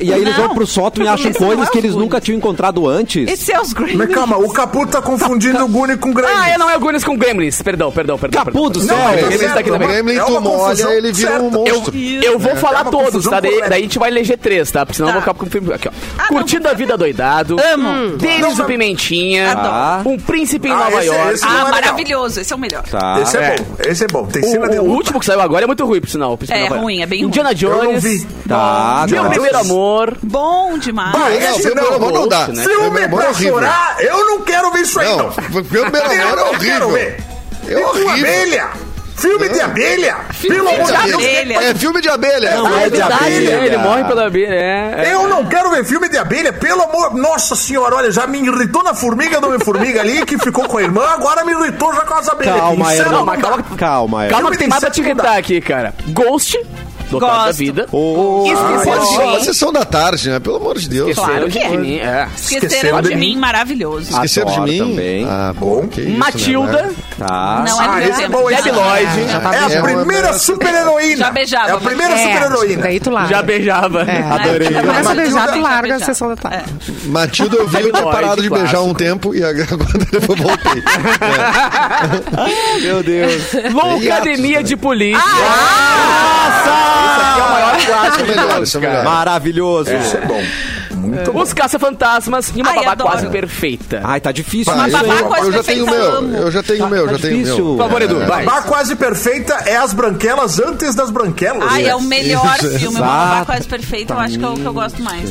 S1: e, e aí eles
S5: Não.
S1: vão pro sótão e acham
S5: Esse não é
S1: coisas que eles
S5: os Goonies.
S1: nunca tinham encontrado antes.
S5: Esse é os Green.
S6: Mas calma, o Capu tá confundindo o Guni com o Grêmio.
S2: Ah, é, não é o Goonies com Gremlins. Perdão, perdão, perdão.
S1: Capu do céu!
S2: perdão. Não,
S6: Tá
S2: Gremlins tá aqui
S6: certo,
S7: O
S2: também.
S6: mas-
S7: Gremlin
S6: É uma
S7: tu molha,
S6: confusão
S7: ele vira
S6: certa.
S7: um monstro.
S2: Eu vou falar
S6: uma
S2: todos,
S6: confusão
S2: tá? Daí,
S6: completa.
S2: daí a gente vai eleger três, tá? Porque senão
S5: Tá.
S2: eu vou ficar com o filme. Aqui, ó. Curtindo a vida doidado. Amo. Denis o Pimentinha.
S1: Adoro.
S2: Um príncipe em
S6: Ah,
S2: Nova
S6: esse-
S2: York.
S6: esse-
S5: Ah,
S6: Não é legal.
S5: maravilhoso. Esse é o melhor.
S1: Tá.
S6: Esse é,
S2: é.
S6: bom, esse é bom. Tem cena de
S2: O, o
S6: luta.
S2: último que saiu agora é muito ruim, por sinal. o Príncipe em
S5: É,
S2: Nova York.
S5: ruim, é bem ruim.
S2: Indiana Jones.
S6: Eu não vi.
S1: Tá,
S2: Meu
S1: tá.
S2: primeiro amor.
S5: Bom demais.
S6: Bah,
S7: Não,
S6: esse
S7: meu
S6: não,
S7: primeiro amor não
S2: né?
S7: dá. Meu primeiro
S6: Filme
S7: amor é
S6: pra
S7: horrível.
S6: chorar, eu não quero ver isso aí, não.
S7: Não, meu <laughs> primeiro amor é
S6: Eu não quero
S7: horrível.
S6: ver.
S7: É
S6: E com
S7: horrível.
S6: abelha. Filme de abelha. Pelo amor
S5: de
S6: de Deus.
S5: abelha.
S7: É filme de abelha.
S1: Não, é de abelha.
S2: né? Ele morre pela abelha. É, é.
S6: Eu Tá, não quero ver filme de abelha, pelo amor. Nossa senhora, olha, já me irritou na formiga do Homem-Formiga ali, que ficou com a irmã, agora me irritou já com as abelhas. é
S1: Calma,
S6: Insano,
S1: Erlon.
S6: não dá.
S1: Calma, calma. é. Erlon.
S2: Calma que tem mais pra te irritar aqui, cara. Ghost. Do Otário da
S5: Gosto.
S2: vida.
S1: Ô,
S7: Pode ser uma
S5: Esqueceram de mim.
S7: sessão da tarde, né? Pelo amor de Deus.
S5: Claro que é.
S2: de mim, é.
S5: Esqueceram de mim, maravilhoso.
S7: Esqueceram de
S1: Adoro
S7: mim?
S1: também.
S7: Ah, bom. que isso, né,
S2: Matilda.
S7: né?
S1: tá.
S5: Não é do
S6: Ah,
S5: meu
S6: esse é
S5: tempo.
S6: bom, esse.
S2: Debi Lloyd.
S7: já tá
S6: É
S7: bem.
S6: a primeira super-heroína.
S5: Já beijava,
S6: É a primeira
S5: mas- É.
S6: super-heroína.
S3: Daí tu larga. É.
S2: Já beijava.
S6: é.
S5: Ah,
S1: Adorei.
S3: Começa a beijar, tu
S5: Já
S3: larga a
S5: beijava.
S3: sessão da tarde.
S7: Matilda eu vi, eu tinha
S2: Lloyd,
S7: parado de beijar
S2: clássico.
S7: um tempo e agora <laughs> eu voltei.
S1: Meu Deus.
S2: Loucademia
S6: né?
S2: de polícia.
S5: Ah,
S2: Isso aqui é o maior clássico de
S7: melhor,
S2: todos,
S7: isso é
S2: cara.
S7: melhor.
S1: Maravilhoso.
S6: Isso é bom. Muito bom.
S2: Os caça-fantasmas e uma
S5: Ai,
S2: babá
S5: adoro.
S2: quase perfeita.
S1: Ai, tá difícil.
S7: Ah,
S1: isso,
S7: eu-
S1: hein?
S5: babaca,
S7: eu já
S5: você
S7: tenho o
S5: fez
S7: meu,
S5: amo.
S7: eu já tenho o meu, eu já
S1: Tá
S7: tenho o
S1: difícil.
S7: meu.
S2: Por favor, Edu,
S7: É.
S2: vai.
S6: Bar quase perfeita é as branquelas antes das branquelas.
S5: Ai, é o melhor
S7: Isso,
S5: filme. O
S1: exato.
S5: Babá Quase Perfeito, eu acho que é o que eu gosto mais.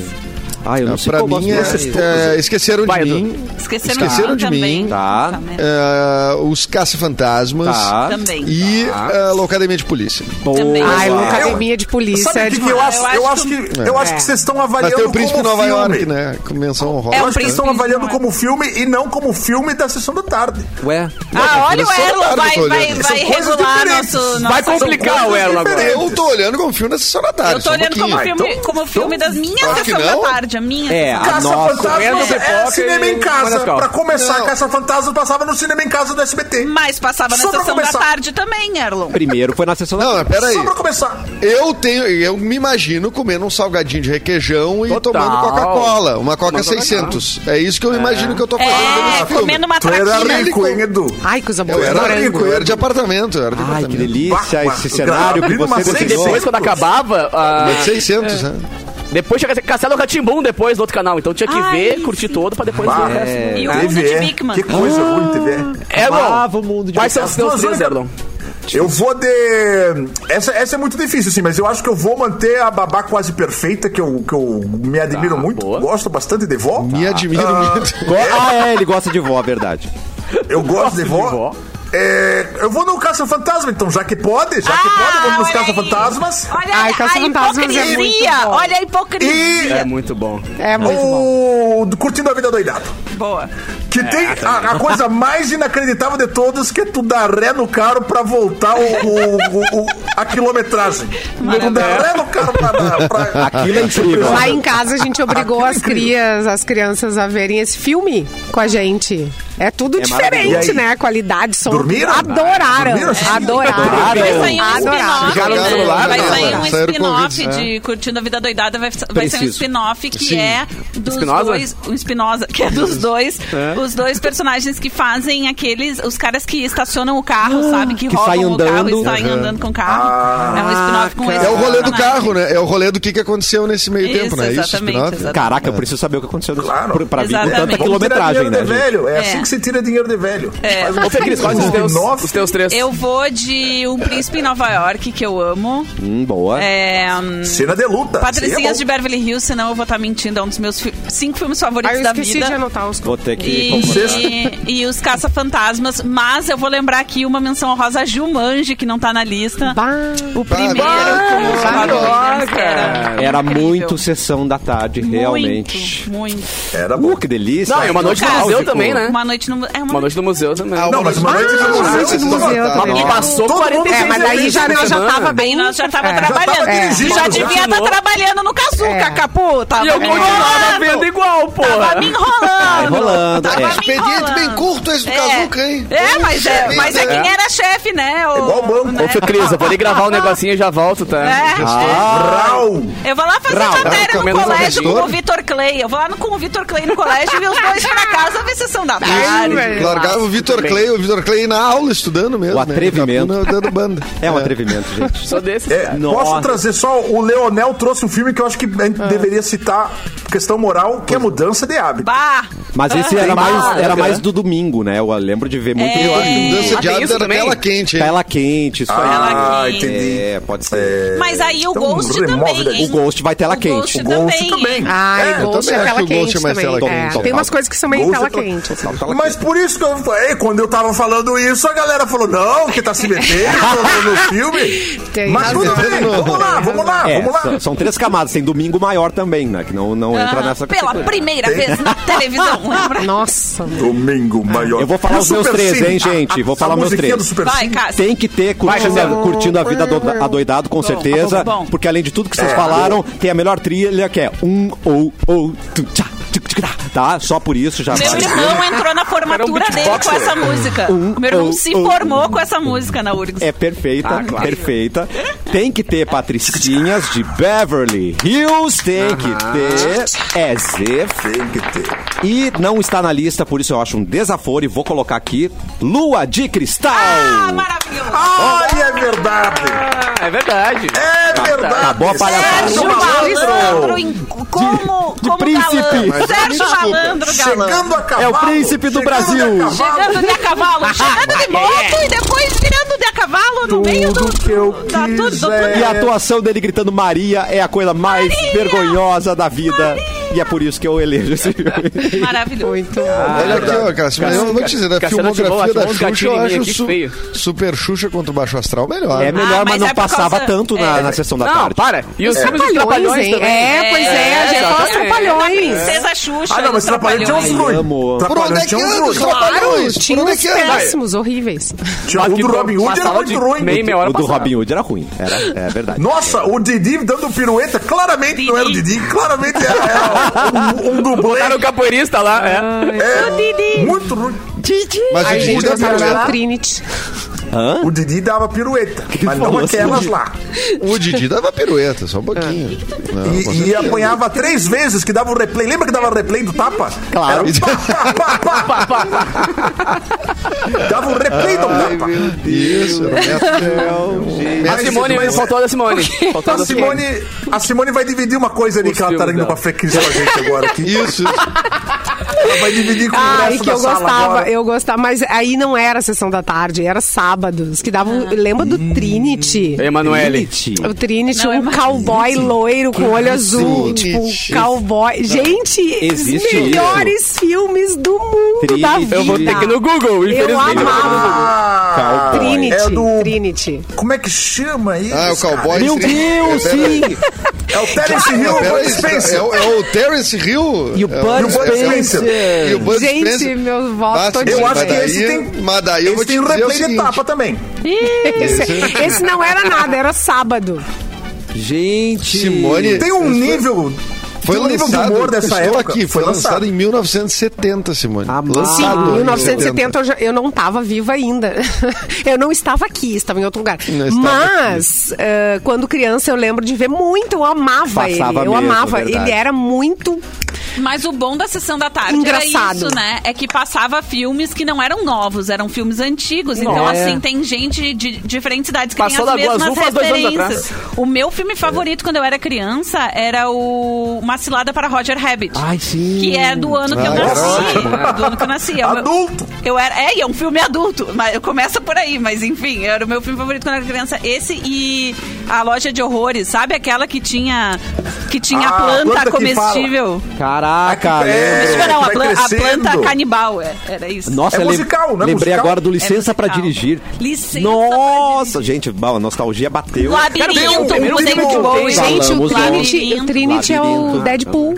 S1: Ai, eu não
S7: Ah,
S1: sei
S7: Pra
S1: qual eu
S7: mim,
S1: gosto
S7: é,
S1: mais.
S7: é, esqueceram
S2: Vai,
S7: de
S2: Edu.
S7: mim.
S5: Esqueceram,
S7: Esqueceram de
S5: também.
S7: mim.
S1: Tá.
S5: Puta merda.
S7: é, os caça-fantasmas
S1: Tá.
S5: Também.
S7: e é, Loucademia de Polícia.
S1: Boa.
S5: Também.
S3: Ai,
S6: Eu-
S3: Academia de Polícia
S6: Sabe
S3: é
S6: o que, que eu
S3: demais.
S6: acho? Eu acho que, eu acho que vocês estão
S7: Mas
S6: avaliando
S7: tem
S6: como
S7: o Príncipe de
S6: filme.
S7: Nova York, né? Com menção honrosa.
S5: É
S6: Eu
S5: o
S6: acho que vocês estão
S5: Príncipe de
S6: avaliando
S5: Nova
S6: como filme e não como filme da Sessão da Tarde.
S1: Ué.
S5: Ah, olha o
S7: Sessão da
S5: Erlon,
S7: tarde eu
S5: vai,
S7: tô
S5: vai,
S7: olhando.
S5: vai
S6: São coisas
S5: regular
S6: diferentes.
S5: nosso...
S2: Vai
S5: nossa-
S2: complicar
S1: É,
S2: o Erlon agora.
S7: Eu tô olhando como filme na sessão da tarde.
S5: Eu tô
S7: só um
S5: olhando como
S7: pouquinho.
S5: filme, como filme das minhas
S7: Acho que
S5: sessão da
S7: não.
S5: tarde. Misericórdia, minha.
S1: É,
S5: Ah, nossa.
S1: a nossa.
S6: Caça-Fantasma
S2: Comendo
S6: é
S2: pipoca
S6: cinema
S2: e
S6: em casa.
S2: comendo cal.
S6: Pra começar,
S7: Não.
S6: Caça-Fantasma passava no cinema em casa do SBT.
S5: Mas passava na
S6: Só pra
S5: sessão da
S6: começar.
S5: tarde também, Erlon.
S1: Primeiro foi na sessão da
S7: Não, mas
S1: tarde.
S7: peraí.
S6: Só um pra começar.
S7: Eu tenho, eu me imagino comendo um salgadinho de requeijão e
S2: Total.
S7: tomando Coca-Cola, uma Coca
S2: Tomando
S7: 600. É isso que eu imagino que eu tô fazendo
S5: É,
S6: Ah,
S7: nesse filme.
S5: comendo uma
S6: Tu era
S5: traquina.
S6: rico, hein, Edu?
S3: Ai, coisa boa.
S7: Eu era
S6: Morango,
S7: rico, eu era de apartamento, eu era de
S1: Ai, que
S7: apartamento.
S1: delícia
S6: Bah,
S1: esse
S6: bah,
S1: cenário que
S6: abrindo uma
S1: você
S6: seis-
S1: desenhou.
S2: Depois, quando acabava, ah,
S7: Mas 600, né?
S2: depois tinha que Castelo Ratimbum depois no outro canal. Então tinha que
S5: Ai,
S2: ver,
S5: sim.
S2: curtir todo pra depois ver o resto.
S5: É. E o mundo de
S6: TV.
S5: Bigman.
S6: Que coisa ruim, TV.
S1: Amava o mundo
S2: Erlon,
S1: de
S2: quais são os teus
S6: As duas
S2: três,
S6: únicas-
S2: Erlon?
S6: Eu vou de. Essa, essa é muito difícil, assim, mas eu acho que eu vou manter a babá quase perfeita, que eu, que eu me admiro
S2: Tá,
S6: muito.
S2: boa. Tá.
S6: Gosto bastante de vó.
S7: Me admiro muito.
S1: Go- Ah, é, ele gosta de vó, verdade.
S6: Eu gosto de vó.
S2: de vó.
S6: É, eu vou no Caça-Fantasma, então, já que pode, já que
S5: Ah,
S6: pode, vamos nos Caça-Fantasmas.
S5: Olha
S3: Ai,
S5: a
S3: Caça-Fantasmas é muito
S5: hipocrisia.
S3: bom.
S5: Olha a hipocrisia.
S2: É muito bom.
S3: É muito bom.
S6: Oh. O Curtindo a Vida Doidado.
S5: Boa.
S6: Que tem
S2: É,
S6: a, a coisa mais inacreditável de todas, que é tu dar ré no carro pra voltar o, o- o- o- a quilometragem. Tu dar ré no carro pra. pra-
S1: Aquilo é incrível.
S3: Lá em casa a gente obrigou as crias, as crianças a verem esse filme com a gente. É tudo
S6: maravilhoso. E
S3: diferente,
S6: aí?
S3: né? A qualidade, som.
S6: Dormiram?
S3: Adoraram.
S6: Dormiram?
S3: Adoraram.
S5: Vai sair um
S3: Adoraram.
S5: spin-off,
S7: Jogaram no
S5: né?
S7: celular,
S5: Vai
S7: não,
S5: sair
S7: agora.
S5: um
S7: Saíram
S5: spin-off
S7: convites,
S5: de Curtindo a Vida Doidada, vai, vai ser um
S1: Preciso.
S5: spin-off que
S7: Sim.
S5: é dos
S2: Espinosa?
S5: dois, um Espinosa, que é dos dois, os dois personagens que fazem aqueles, os caras que estacionam o carro, sabe, que,
S1: que
S5: roubam
S1: saem
S5: o carro e
S1: andando.
S5: saem
S1: Aham.
S5: andando com o carro. é um spin-off com esse
S7: É o rolê do
S5: personagem.
S7: carro, né? É o rolê do que, que aconteceu nesse meio
S5: Isso,
S7: tempo, né? É Isso,
S5: exatamente,
S7: spin-off?
S5: exatamente.
S1: Caraca, eu preciso saber o que aconteceu nesse-
S6: Claro.
S1: pra- pra vir com
S5: Exatamente.
S1: tanta
S5: Vamos
S6: Vamos tirar
S1: quilometragem,
S6: dinheiro
S1: né?
S6: de
S1: gente?
S6: velho. É,
S5: É.
S6: assim que se tira dinheiro de velho.
S5: É.
S6: Faz um
S2: Ô, Fê Cris, quais os teus,
S6: spin-off.
S2: os teus três?
S5: Eu vou de Um Príncipe em Nova York, que eu amo.
S1: Hum, boa.
S5: É, hum,
S6: Cena de luta.
S5: Patricinhas de
S6: Sim, é bom.
S5: Beverly Hills, senão eu vou estar mentindo. É um dos meus fi- cinco filmes
S3: Aí
S5: favoritos
S3: Ah, eu
S5: da
S3: esqueci
S5: vida.
S3: de anotar os
S1: Vou ter que concordar.
S5: E, e os caça-fantasmas, mas eu vou lembrar aqui uma menção honrosa a Jumanji, que não tá na lista.
S3: Bah.
S5: O primeiro, como
S3: bah,
S5: chamado
S2: bah,
S5: Williams, que
S2: cara.
S5: era,
S1: Era
S5: incrível.
S1: muito sessão da tarde, realmente.
S5: Muito, muito.
S6: Era bom.
S1: Uh, que delícia.
S2: Não, e uma noite no
S5: Cara,
S2: museu também, né?
S5: Uma noite no. É uma,
S2: Uma noite no museu também.
S7: Ah,
S6: Não, mas uma noite
S3: Ah,
S6: de
S3: uma
S6: museu.
S3: noite de museu
S7: Mas
S3: também.
S5: Ah,
S2: passou
S6: Todo mundo-
S2: 46
S3: É, mas aí já,
S2: vezes
S3: nós já
S2: semana.
S3: tava bem.
S5: Nós já tava
S3: É.
S5: trabalhando.
S6: Já tava dirigindo,
S5: já
S6: já.
S5: devia estar
S2: Continuou.
S5: trabalhando no Kazuca,
S3: É.
S5: Capu. Tava
S2: E eu
S5: me
S2: continuava
S5: enrolando.
S2: vendo igual,
S5: Tava me
S2: porra.
S1: Tá
S5: enrolando.
S1: enrolando.
S5: Tava
S1: é.
S5: me
S7: Expediente
S5: enrolando.
S7: bem curto esse do Kazuca, hein?
S5: É, mas é,
S7: Puxa
S5: mas é
S7: vida.
S5: quem era chefe, né? O,
S6: Igual banco.
S5: né?
S2: Ô, Fê Cris, eu vou
S5: <laughs>
S2: ali gravar um negocinho e já volto, tá?
S5: É.
S6: Rau.
S5: Eu vou lá fazer
S1: Rau.
S5: matéria
S2: Rau,
S5: no
S2: Camila
S5: colégio com
S7: Salvador.
S5: o Vitor Clay. Eu vou lá no, com o Vitor Clay no colégio e os dois pra casa ver sessão da tarde.
S7: É.
S3: velho.
S7: Largava o Vitor Clay, o Vitor Clay na aula estudando mesmo.
S1: O
S7: né?
S1: atrevimento.
S7: Capuna Dando banda.
S1: É um atrevimento, gente.
S2: Sou desses,
S6: É,
S2: cara.
S1: Nossa.
S6: posso trazer só o Leonel trouxe um filme que eu acho que a
S5: Ah.
S6: gente deveria citar questão moral, que é mudança de hábito.
S5: Bah!
S1: Mas esse
S2: Ah,
S1: era mais, era
S2: bacana.
S1: mais do domingo, né? Eu lembro de ver
S6: É.
S1: muito.
S7: Eu acho que
S2: Ah,
S7: mudança Um de
S2: tem isso
S7: hábito era
S2: também?
S7: tela quente, hein?
S1: Tela quente, isso
S5: Tela
S6: Ah,
S5: quente.
S6: entendi.
S1: aí. É, pode ser.
S5: Mas aí o
S6: Então,
S5: Ghost
S6: remove
S5: também,
S6: daí.
S5: hein?
S1: O Ghost vai tela
S5: O
S1: quente.
S5: Ghost
S1: O
S6: Ghost também.
S3: Ai,
S6: É,
S3: é,
S7: eu também
S3: Ghost é
S7: acho
S3: tela
S7: Então que o Ghost
S3: quente
S7: é mais
S3: também.
S7: tela
S3: É,
S7: quente.
S3: Tem umas coisas que são meio
S6: Ghost
S3: tela
S6: é tela-
S3: quente. assim.
S6: Mas por isso que eu falei, quando eu tava falando isso, a galera falou, não, que tá se metendo no- no filme.
S3: Tem
S6: Mas
S3: razão.
S6: tudo bem, vamos lá, vamos lá,
S1: É,
S6: vamos
S1: são,
S6: lá.
S1: são três camadas. Tem domingo maior também, né? Que não, não entra
S5: Ah,
S1: nessa
S5: Pela
S1: categoria.
S5: primeira vez na
S1: <laughs>
S5: televisão. lembra?
S3: Nossa.
S6: Domingo maior.
S1: Ah, Eu vou falar
S6: E o
S1: os meus
S6: Super
S1: três,
S6: Cine?
S1: hein, gente?
S6: A- a-
S1: Vou falar
S6: a
S1: meus
S6: musiquinha
S1: três.
S6: do Super
S5: Vai,
S6: Cine.
S5: Cássio.
S1: Tem que ter curtindo,
S2: Vai, Marcelo.
S1: curtindo a vida do, adoidado, com certeza.
S5: bom, É. bom.
S1: Porque além de tudo que vocês falaram, tem a melhor trilha que é um ou ou tu, tchá, tic, tic, tá. tá? Só por isso já
S5: Meu
S1: vale.
S5: irmão entrou na formatura dele com essa música.
S1: Um,
S5: O meu irmão
S1: um,
S5: se
S1: um.
S5: formou com essa música na URGS.
S1: É perfeita,
S5: Ah,
S1: perfeita. Tem que ter patricinhas de Beverly Hills, tem que ter EZ.
S6: Tem que ter.
S1: E não está na lista, por isso eu acho um desaforo e vou colocar aqui Lua de Cristal.
S5: Ah, tá. maravilhoso!
S6: Ai, é verdade.
S2: Ah, é verdade.
S6: É verdade.
S1: Acabou a palhaçada.
S5: Sérgio
S6: Chegando
S5: Malandro, em- como, como
S1: príncipe.
S5: galã.
S1: Mas
S5: Sérgio
S7: desculpa,
S5: Malandro, galã.
S6: Chegando a cavalo.
S1: É o príncipe do
S6: chegando
S1: Brasil.
S6: a cavalo.
S5: Chegando de a cavalo, chegando de moto e depois virando de a cavalo no meio do.
S6: que eu
S5: da- do- do- do-
S6: quiser.
S1: E a atuação dele gritando Maria é a coisa mais vergonhosa da vida. E é por isso que eu elejo esse filme.
S5: Maravilhoso.
S3: Muito.
S7: Olha aqui, ó, Cássio, mas eu vou te dizer, né, da
S2: Cássio, Cássio,
S7: filmografia
S2: ativou- ativou
S7: da
S2: uns
S7: Xuxa, eu
S2: gatilhos em mim
S7: acho
S2: aqui,
S7: su-
S2: feio.
S7: Super Xuxa contra o Baixo Astral melhor. né?
S1: É melhor,
S5: Ah,
S1: mas,
S5: mas
S1: não
S5: é por
S1: passava
S5: causa-
S1: tanto na,
S5: é.
S1: na sessão da
S2: Não,
S1: tarde.
S2: para. E
S6: É.
S2: os filmes dos
S3: Trapalhões,
S2: Trapalhões
S3: hein?
S2: também. né?
S3: É, pois é, a gente fala os
S2: exatamente.
S3: trapalhões.
S5: Princesa Xuxa.
S6: Ah, não, mas
S5: dos
S6: Trapalhões tinha uns
S5: Trapalhões.
S1: Amo.
S6: ruins.
S10: tá
S7: Por onde é
S6: Trapalhões
S7: que
S10: um
S6: tinha uns
S7: anda os
S6: ruins.
S7: trapalhões? Por
S3: Tinha
S7: onde é
S3: uns
S7: que anda?
S3: péssimos, horríveis.
S6: Tinha o um do Robin Hood era né?
S2: Passava
S6: muito
S2: de
S6: ruim.
S2: meia, meia hora
S1: o do
S2: passava.
S1: Robin Hood era ruim. Era, é verdade.
S6: Nossa, o Didi dando pirueta, claramente não era o Didi, claramente era, era um, um dublê.
S2: Botaram o Tá capoeirista lá. É.
S6: Ah, É, muito ruim.
S7: Mas o
S3: Aí a gente
S7: Didi da
S3: gostava do
S7: pirueta.
S3: Trinity.
S1: Hã?
S6: O Didi dava pirueta, mas não
S1: falou assim,
S6: aquelas
S1: Didi?
S6: lá.
S7: O Didi dava pirueta, só um pouquinho. Não, com
S6: E, e
S7: certeza.
S6: apanhava três vezes que dava o replay. Lembra que dava replay do tapa?
S7: Claro.
S6: Era um pá, pá, pá, pá, pá, pá. Dava o replay do tapa.
S7: Isso, era o método-
S2: A Simone,
S6: mas-
S2: faltou a da Simone. Faltou a
S6: A
S2: da
S6: Então, Simone,
S2: Simone.
S6: a Simone vai dividir uma coisa ali que ela tá
S2: filmes
S6: indo
S2: dela.
S6: pra Frequência com a gente agora. aqui.
S7: Isso.
S6: Ela vai dividir com o
S3: Ai,
S6: resto
S3: Ah, que
S6: da
S3: eu
S6: sala
S3: gostava,
S6: agora.
S3: eu gostava, mas aí não era a sessão da tarde, era sábados, que davam, lembra do Trinity?
S2: Emanuele.
S1: Elite.
S3: O Trinity,
S5: Não, é
S3: um cowboy loiro com
S1: Uhum.
S3: olho azul,
S7: Trinity.
S3: tipo, um cowboy. Gente,
S1: Existe
S3: os melhores filmes do mundo da
S1: Trinity.
S3: vida.
S1: Eu vou
S2: Tem que ir no Google,
S3: Eu
S2: infelizmente. vou ter que ir no Google.
S3: amava
S6: Ah,
S3: Trinity,
S6: É do.
S3: Trinity.
S6: Como é que chama isso?
S7: Ah, o
S6: cara?
S7: cowboy.
S1: Meu
S7: seria-
S1: Deus,
S7: é, pera-
S1: sim!
S6: É o Terence
S7: Ah,
S6: Hill
S7: pera
S6: Bud
S7: aí,
S6: Spencer.
S7: é, o- é o Terence Hill. É
S1: E o Bud Spencer.
S7: E o Bud
S3: Gente,
S7: Spencer.
S3: meu voto
S7: Ah, sim,
S3: todinho.
S6: Eu
S7: mas
S6: acho que
S7: daí-
S6: esse tem.
S7: Mas daí eu vou
S6: esse
S7: te
S6: tem o
S7: dizer É o
S6: replay de
S7: seguinte.
S6: tapa também. é
S3: Esse, esse não era nada, era sábado.
S1: Gente!
S7: Simone
S6: Tem um nível.
S7: foi
S6: tem um nível de
S7: lançado.
S6: humor dessa
S7: estou
S6: época.
S7: aqui, foi, lançado. em 1970, Simone.
S1: Amado.
S3: Sim,
S7: lançado
S3: em 1970 eu, já- eu não estava viva ainda. <laughs> eu não estava aqui, estava em outro lugar.
S7: Não estava
S3: Mas, eh, quando criança, eu lembro de ver muito, eu amava
S1: Passava
S3: ele. Eu
S1: mesmo,
S3: amava.
S1: verdade.
S3: Ele era muito.
S5: Mas o bom da sessão da tarde era
S3: Engraçado.
S5: isso, né? É que passava filmes que não eram novos, eram filmes antigos. Então,
S2: Nossa.
S5: assim, tem gente de diferentes idades que
S2: Passou
S5: tem
S2: da
S5: as
S2: Lagoa
S5: mesmas
S2: Azul faz dois anos
S5: referências. O meu filme favorito quando eu era criança era o Uma Cilada para Roger Rabbit.
S1: Ai, sim.
S5: Que é do ano que eu
S7: Ah, era
S5: nasci. Do ano que eu nasci. É o meu-
S6: Adulto.
S5: Eu era, é, e é um filme adulto, mas começa por aí, mas enfim, era o meu filme favorito quando eu era criança. Esse e a loja de horrores, sabe aquela que tinha que tinha
S6: Ah,
S5: a planta,
S6: planta que fala.
S5: comestível?
S1: Caraca,
S6: É,
S5: Deixa eu ver, não, a,
S6: vai
S5: plan- a
S6: crescendo.
S5: planta canibal, é, era isso.
S1: Nossa,
S6: É
S1: eu lem-
S6: musical, né?
S1: lembrei
S6: Musical.
S1: agora do Licença pra
S5: musical.
S1: Dirigir.
S5: Licença
S1: Nossa, gente, bom, a nostalgia bateu.
S5: Labirinto,
S6: tem um-
S5: o
S6: tem um-
S5: David Bowie.
S1: tem-
S3: Gente, o
S1: Falamos do-
S3: Trinity, o Trinity é o
S1: Labirinto.
S3: Deadpool.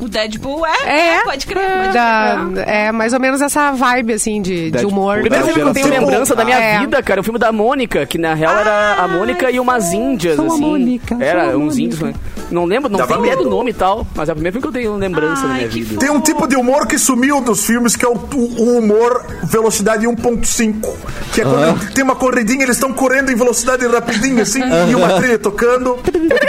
S5: O Deadpool é,
S3: É,
S5: é, pode crer. Pode
S3: da-
S5: crer.
S3: é mais ou menos essa vibe, assim, de, de
S1: Deadpool.
S3: humor.
S1: Primeiro
S2: Primeiro filme que eu tenho
S1: Geração.
S2: lembrança da minha
S3: É.
S2: vida, cara, é o filme da Mônica, que na real era a Mônica e umas índias,
S3: sou a
S2: assim.
S3: Mônica,
S2: era
S3: sou a
S2: uns
S3: Mônica.
S2: índios, né? Não lembro, não
S6: Dava
S2: sei lembro
S6: medo.
S2: o nome e tal, mas é o primeiro filme que eu tenho lembrança da
S5: Ai,
S2: minha
S5: que
S2: vida.
S5: fofo.
S6: Tem um tipo de humor que sumiu dos filmes, que é o, o humor velocidade 1.5. Que é quando tem uma corridinha, eles estão correndo em velocidade rapidinho, assim, e uma trilha tocando.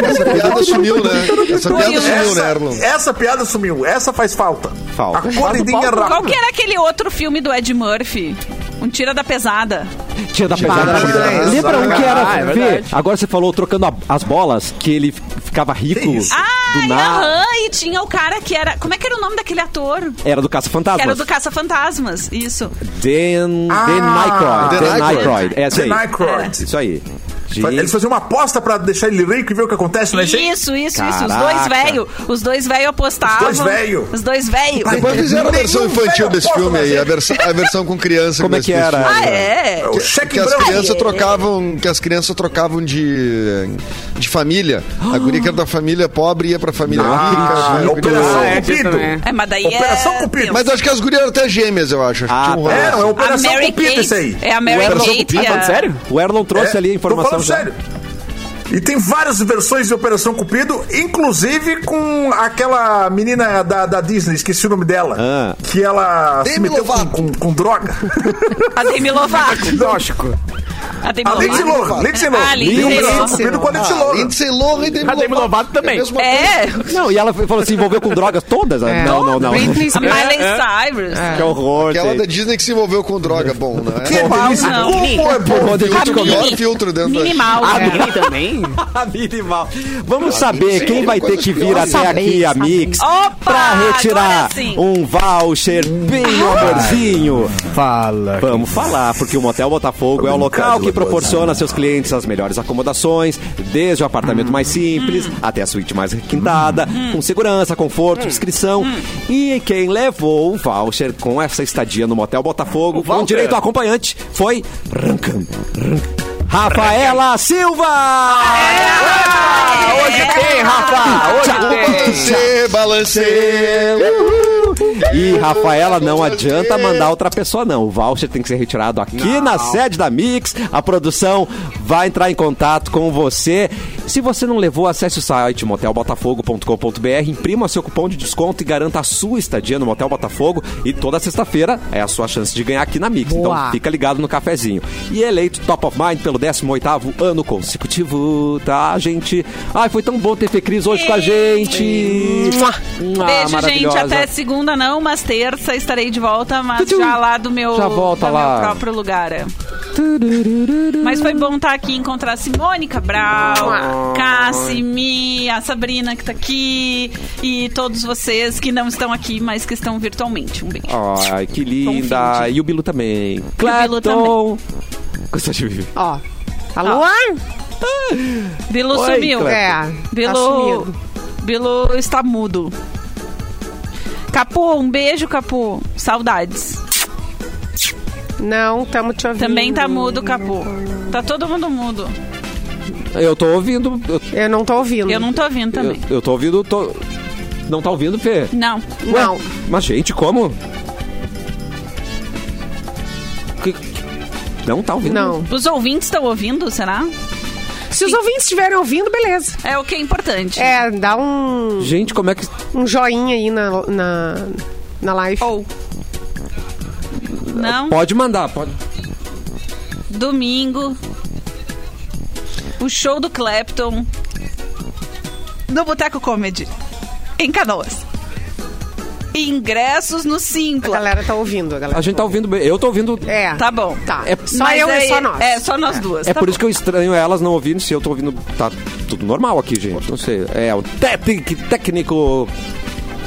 S7: Essa piada sumiu, né? Essa piada sumiu, né, Erlon?
S6: Essa, essa piada sumiu, essa faz falta.
S1: Falta.
S6: A corridinha
S3: um
S2: Falta o palco.
S5: Qual
S6: rápida.
S5: que era aquele outro filme do Ed Murphy? Um Tira da Pesada.
S1: Tinha da pesada.
S6: Demais.
S1: Lembra um que
S2: Ah, é
S1: era. Vê,
S2: verdade.
S1: agora você falou trocando a- as bolas, que ele f- ficava rico
S6: Que isso?
S1: do
S5: Ai,
S1: nada.
S5: aham, e tinha o cara que era. Como é que era o nome daquele ator?
S1: Era do Caça
S5: Que era
S1: Fantasmas.
S5: do Caça-Fantasmas, isso.
S1: Dan,
S6: Ah,
S1: Dan Aykroyd.
S7: Dan
S1: Dan
S7: Aykroyd.
S1: Aykroyd. É essa
S6: The
S1: aí.
S6: Nycroid.
S1: Isso aí.
S6: Eles
S1: Gente,
S6: faziam uma aposta pra deixar ele rico e ver o que acontece, né? gente?
S5: Isso, isso, isso. Os
S1: Caraca.
S5: dois velhos. Os dois velhos apostavam.
S6: Os dois véio.
S5: Os dois velhos.
S7: Depois fizeram a versão
S6: Nenhum
S7: infantil
S6: velho assim.
S7: desse
S6: aposta
S7: filme
S6: na
S7: aí,
S6: gente.
S7: a versão, a versão com criança.
S1: como é
S7: desse-
S1: que
S7: desse
S1: era?
S7: filme.
S5: Ah, é?
S6: É o cheque
S7: que as
S6: branco.
S7: crianças trocavam que as crianças trocavam de de família a guria que era da família pobre ia pra família rica né, a guria-
S6: Ah, Operação
S2: Ah, é, tinha
S6: Cupido.
S2: também.
S5: É, mas daí
S6: Operação
S5: é...
S6: Cupido.
S7: mas acho que as gurias eram até gêmeas eu acho, acho que
S1: Ah,
S7: tinha
S1: tá.
S7: um rolê
S6: É, é
S7: assim.
S6: Operação
S5: Mary
S6: Cupido
S5: Kate.
S6: isso aí.
S5: É a Mary
S7: Operação
S5: Kate.
S7: Cupido,
S5: e
S2: Tá
S5: a-
S2: falando sério?
S1: o Erlon trouxe
S6: É,
S1: ali a informação.
S6: Tô falando
S1: já.
S6: sério. E tem várias versões de Operação Cupido, inclusive com aquela menina da, da Disney, esqueci o nome dela,
S1: Ah.
S6: que ela se
S7: Demi
S6: meteu com,
S7: Lovato.
S6: com, com droga.
S5: A Demi Lovato.
S2: Lógico.
S5: A Demi
S6: a Lindsay
S5: Lovato.
S6: Lohan, Lindsay
S5: Ah,
S6: Lohan.
S5: Lindsay
S6: Tem
S5: Lohan.
S6: Operação Cupido com a Lindsay
S7: Ah,
S6: Lohan.
S7: Lindsay Lohan e Demi
S2: A Demi Lovato também.
S7: a mesma coisa.
S5: É,
S1: Não, e ela falou assim: envolveu com drogas todas?
S3: É.
S1: Não, não, não.
S3: Britney
S5: a
S3: Spears.
S5: Miley Cyrus.
S1: <laughs> Que horror.
S7: aquela
S1: gente.
S7: da Disney que se envolveu com droga bom não
S6: Que
S7: é
S6: delícia.
S5: não.
S6: Como é bom.
S1: Rodrigo,
S7: Filtro,
S1: <laughs>
S5: Mini-
S7: pior filtro dentro da-
S5: Minimal.
S1: Ah,
S2: A
S3: é.
S5: né?
S2: Billy Ah, também?
S1: tá Minimal. Vamos saber quem vai ter que vir
S7: Vamos
S1: até
S3: saber,
S1: aqui a
S3: saber.
S1: Mix
S5: Opa,
S1: pra retirar
S5: Ah, agora sim.
S1: um voucher bem amorzinho.
S9: Fala.
S1: Vamos falar, porque o Motel Botafogo é o local que proporciona a seus clientes as melhores acomodações, desde o apartamento mais simples até a suíte mais requintada, com segurança, conforto, inscrição. E quem levou o voucher com essa estadia no Motel Botafogo, com
S2: voucher.
S1: direito ao acompanhante, foi Rancan. Rafaela Silva!
S5: É.
S2: Ah, hoje tem, Rafa! Hoje tem!
S7: Balancê, balancê.
S1: E, Rafaela, não adianta mandar outra pessoa, não. O voucher tem que ser retirado aqui na sede da Mix. A produção vai entrar em contato com você. Se você não levou, acesse o site motelbotafogo.com.br, imprima seu cupom de desconto e garanta a sua estadia no Motel Botafogo. E toda sexta-feira é a sua chance de ganhar aqui na Mix.
S3: Boa.
S1: Então fica ligado no cafezinho. E eleito Top of Mind pelo 18º ano consecutivo, tá, gente? Ai, foi tão bom ter Fê Cris hoje com a gente. Mua,
S5: Beijo, gente.
S1: Ah, maravilhosa.
S5: Até segunda não, mas terça estarei de volta, mas já lá do meu,
S1: Já volta
S5: do
S1: lá.
S5: meu próprio lugar. é. Mas foi bom estar aqui e encontrar a Simone Cabral, Cassimi, a Sabrina que tá aqui e todos vocês que não estão aqui, mas que estão virtualmente. Um beijo.
S1: Ai, que linda. E o Bilu também. Clapton. Gostou de mim?
S3: Ó. Alô?
S5: Bilu
S1: Oi,
S5: sumiu.
S1: Cleber.
S3: É. Tá
S5: Bilu,
S3: sumido.
S5: Bilu está mudo. Capu, um beijo, Capu. Saudades.
S3: Não, tamo te ouvindo.
S5: Também tá mudo, Capu. Tá todo mundo mudo.
S1: Eu tô ouvindo. Eu,
S3: Eu não tô ouvindo.
S5: Eu não tô ouvindo também.
S1: eu, eu tô ouvindo. Tô... Não tá ouvindo, Fê?
S5: Não.
S1: Ué,
S3: Não.
S1: Mas, gente, como? Que- que- Não tá ouvindo?
S3: Não.
S5: Os ouvintes estão ouvindo, será?
S3: Se os ouvintes estiverem ouvindo, beleza.
S5: É o que é importante.
S3: É, dá um,
S1: Gente, como é que.
S3: um joinha aí na, na, na live.
S5: Ou. Não,
S1: Pode mandar, pode.
S5: domingo. O show do Clapton. No Boteco Comedy. Em Canoas. Ingressos no
S3: A
S5: Simpla.
S3: galera tá ouvindo. A, galera
S1: A gente tá ouvindo bem. Eu tô ouvindo.
S3: ouvindo. É.
S5: Tá bom.
S3: Tá.
S1: É-
S3: só
S5: Mas
S3: eu
S5: aí-
S3: e só nós.
S5: É, só nós duas.
S1: É
S5: tá
S1: por
S5: bom.
S1: isso que eu estranho elas não ouvindo, se eu tô ouvindo, tá tudo normal aqui, gente. Não sei. É, o técnico. técnico...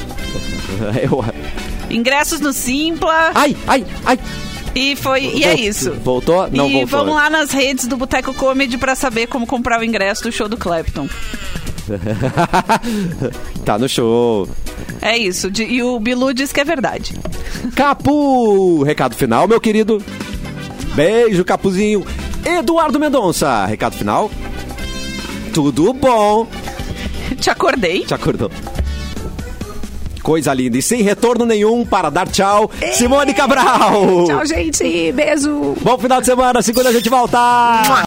S1: <laughs> Eu...
S5: Ingressos no Simpla.
S1: Ai, ai, ai.
S5: E foi. E é isso.
S1: Voltou? Não
S5: e
S1: voltou.
S5: vamos lá nas redes do Boteco Comedy pra saber como comprar o ingresso do show do Clapton.
S1: <laughs> tá no show.
S5: É isso. De- e o Bilu diz que é verdade. <laughs>
S1: Capu! Recado final, meu querido. Beijo, Capuzinho. Eduardo Mendonça, recado final. Tudo bom.
S5: Te acordei.
S1: Te acordou. Coisa linda. E sem retorno nenhum para dar tchau, Simone Cabral.
S3: Tchau, gente. Beijo.
S1: Bom final de semana. Segunda a gente volta.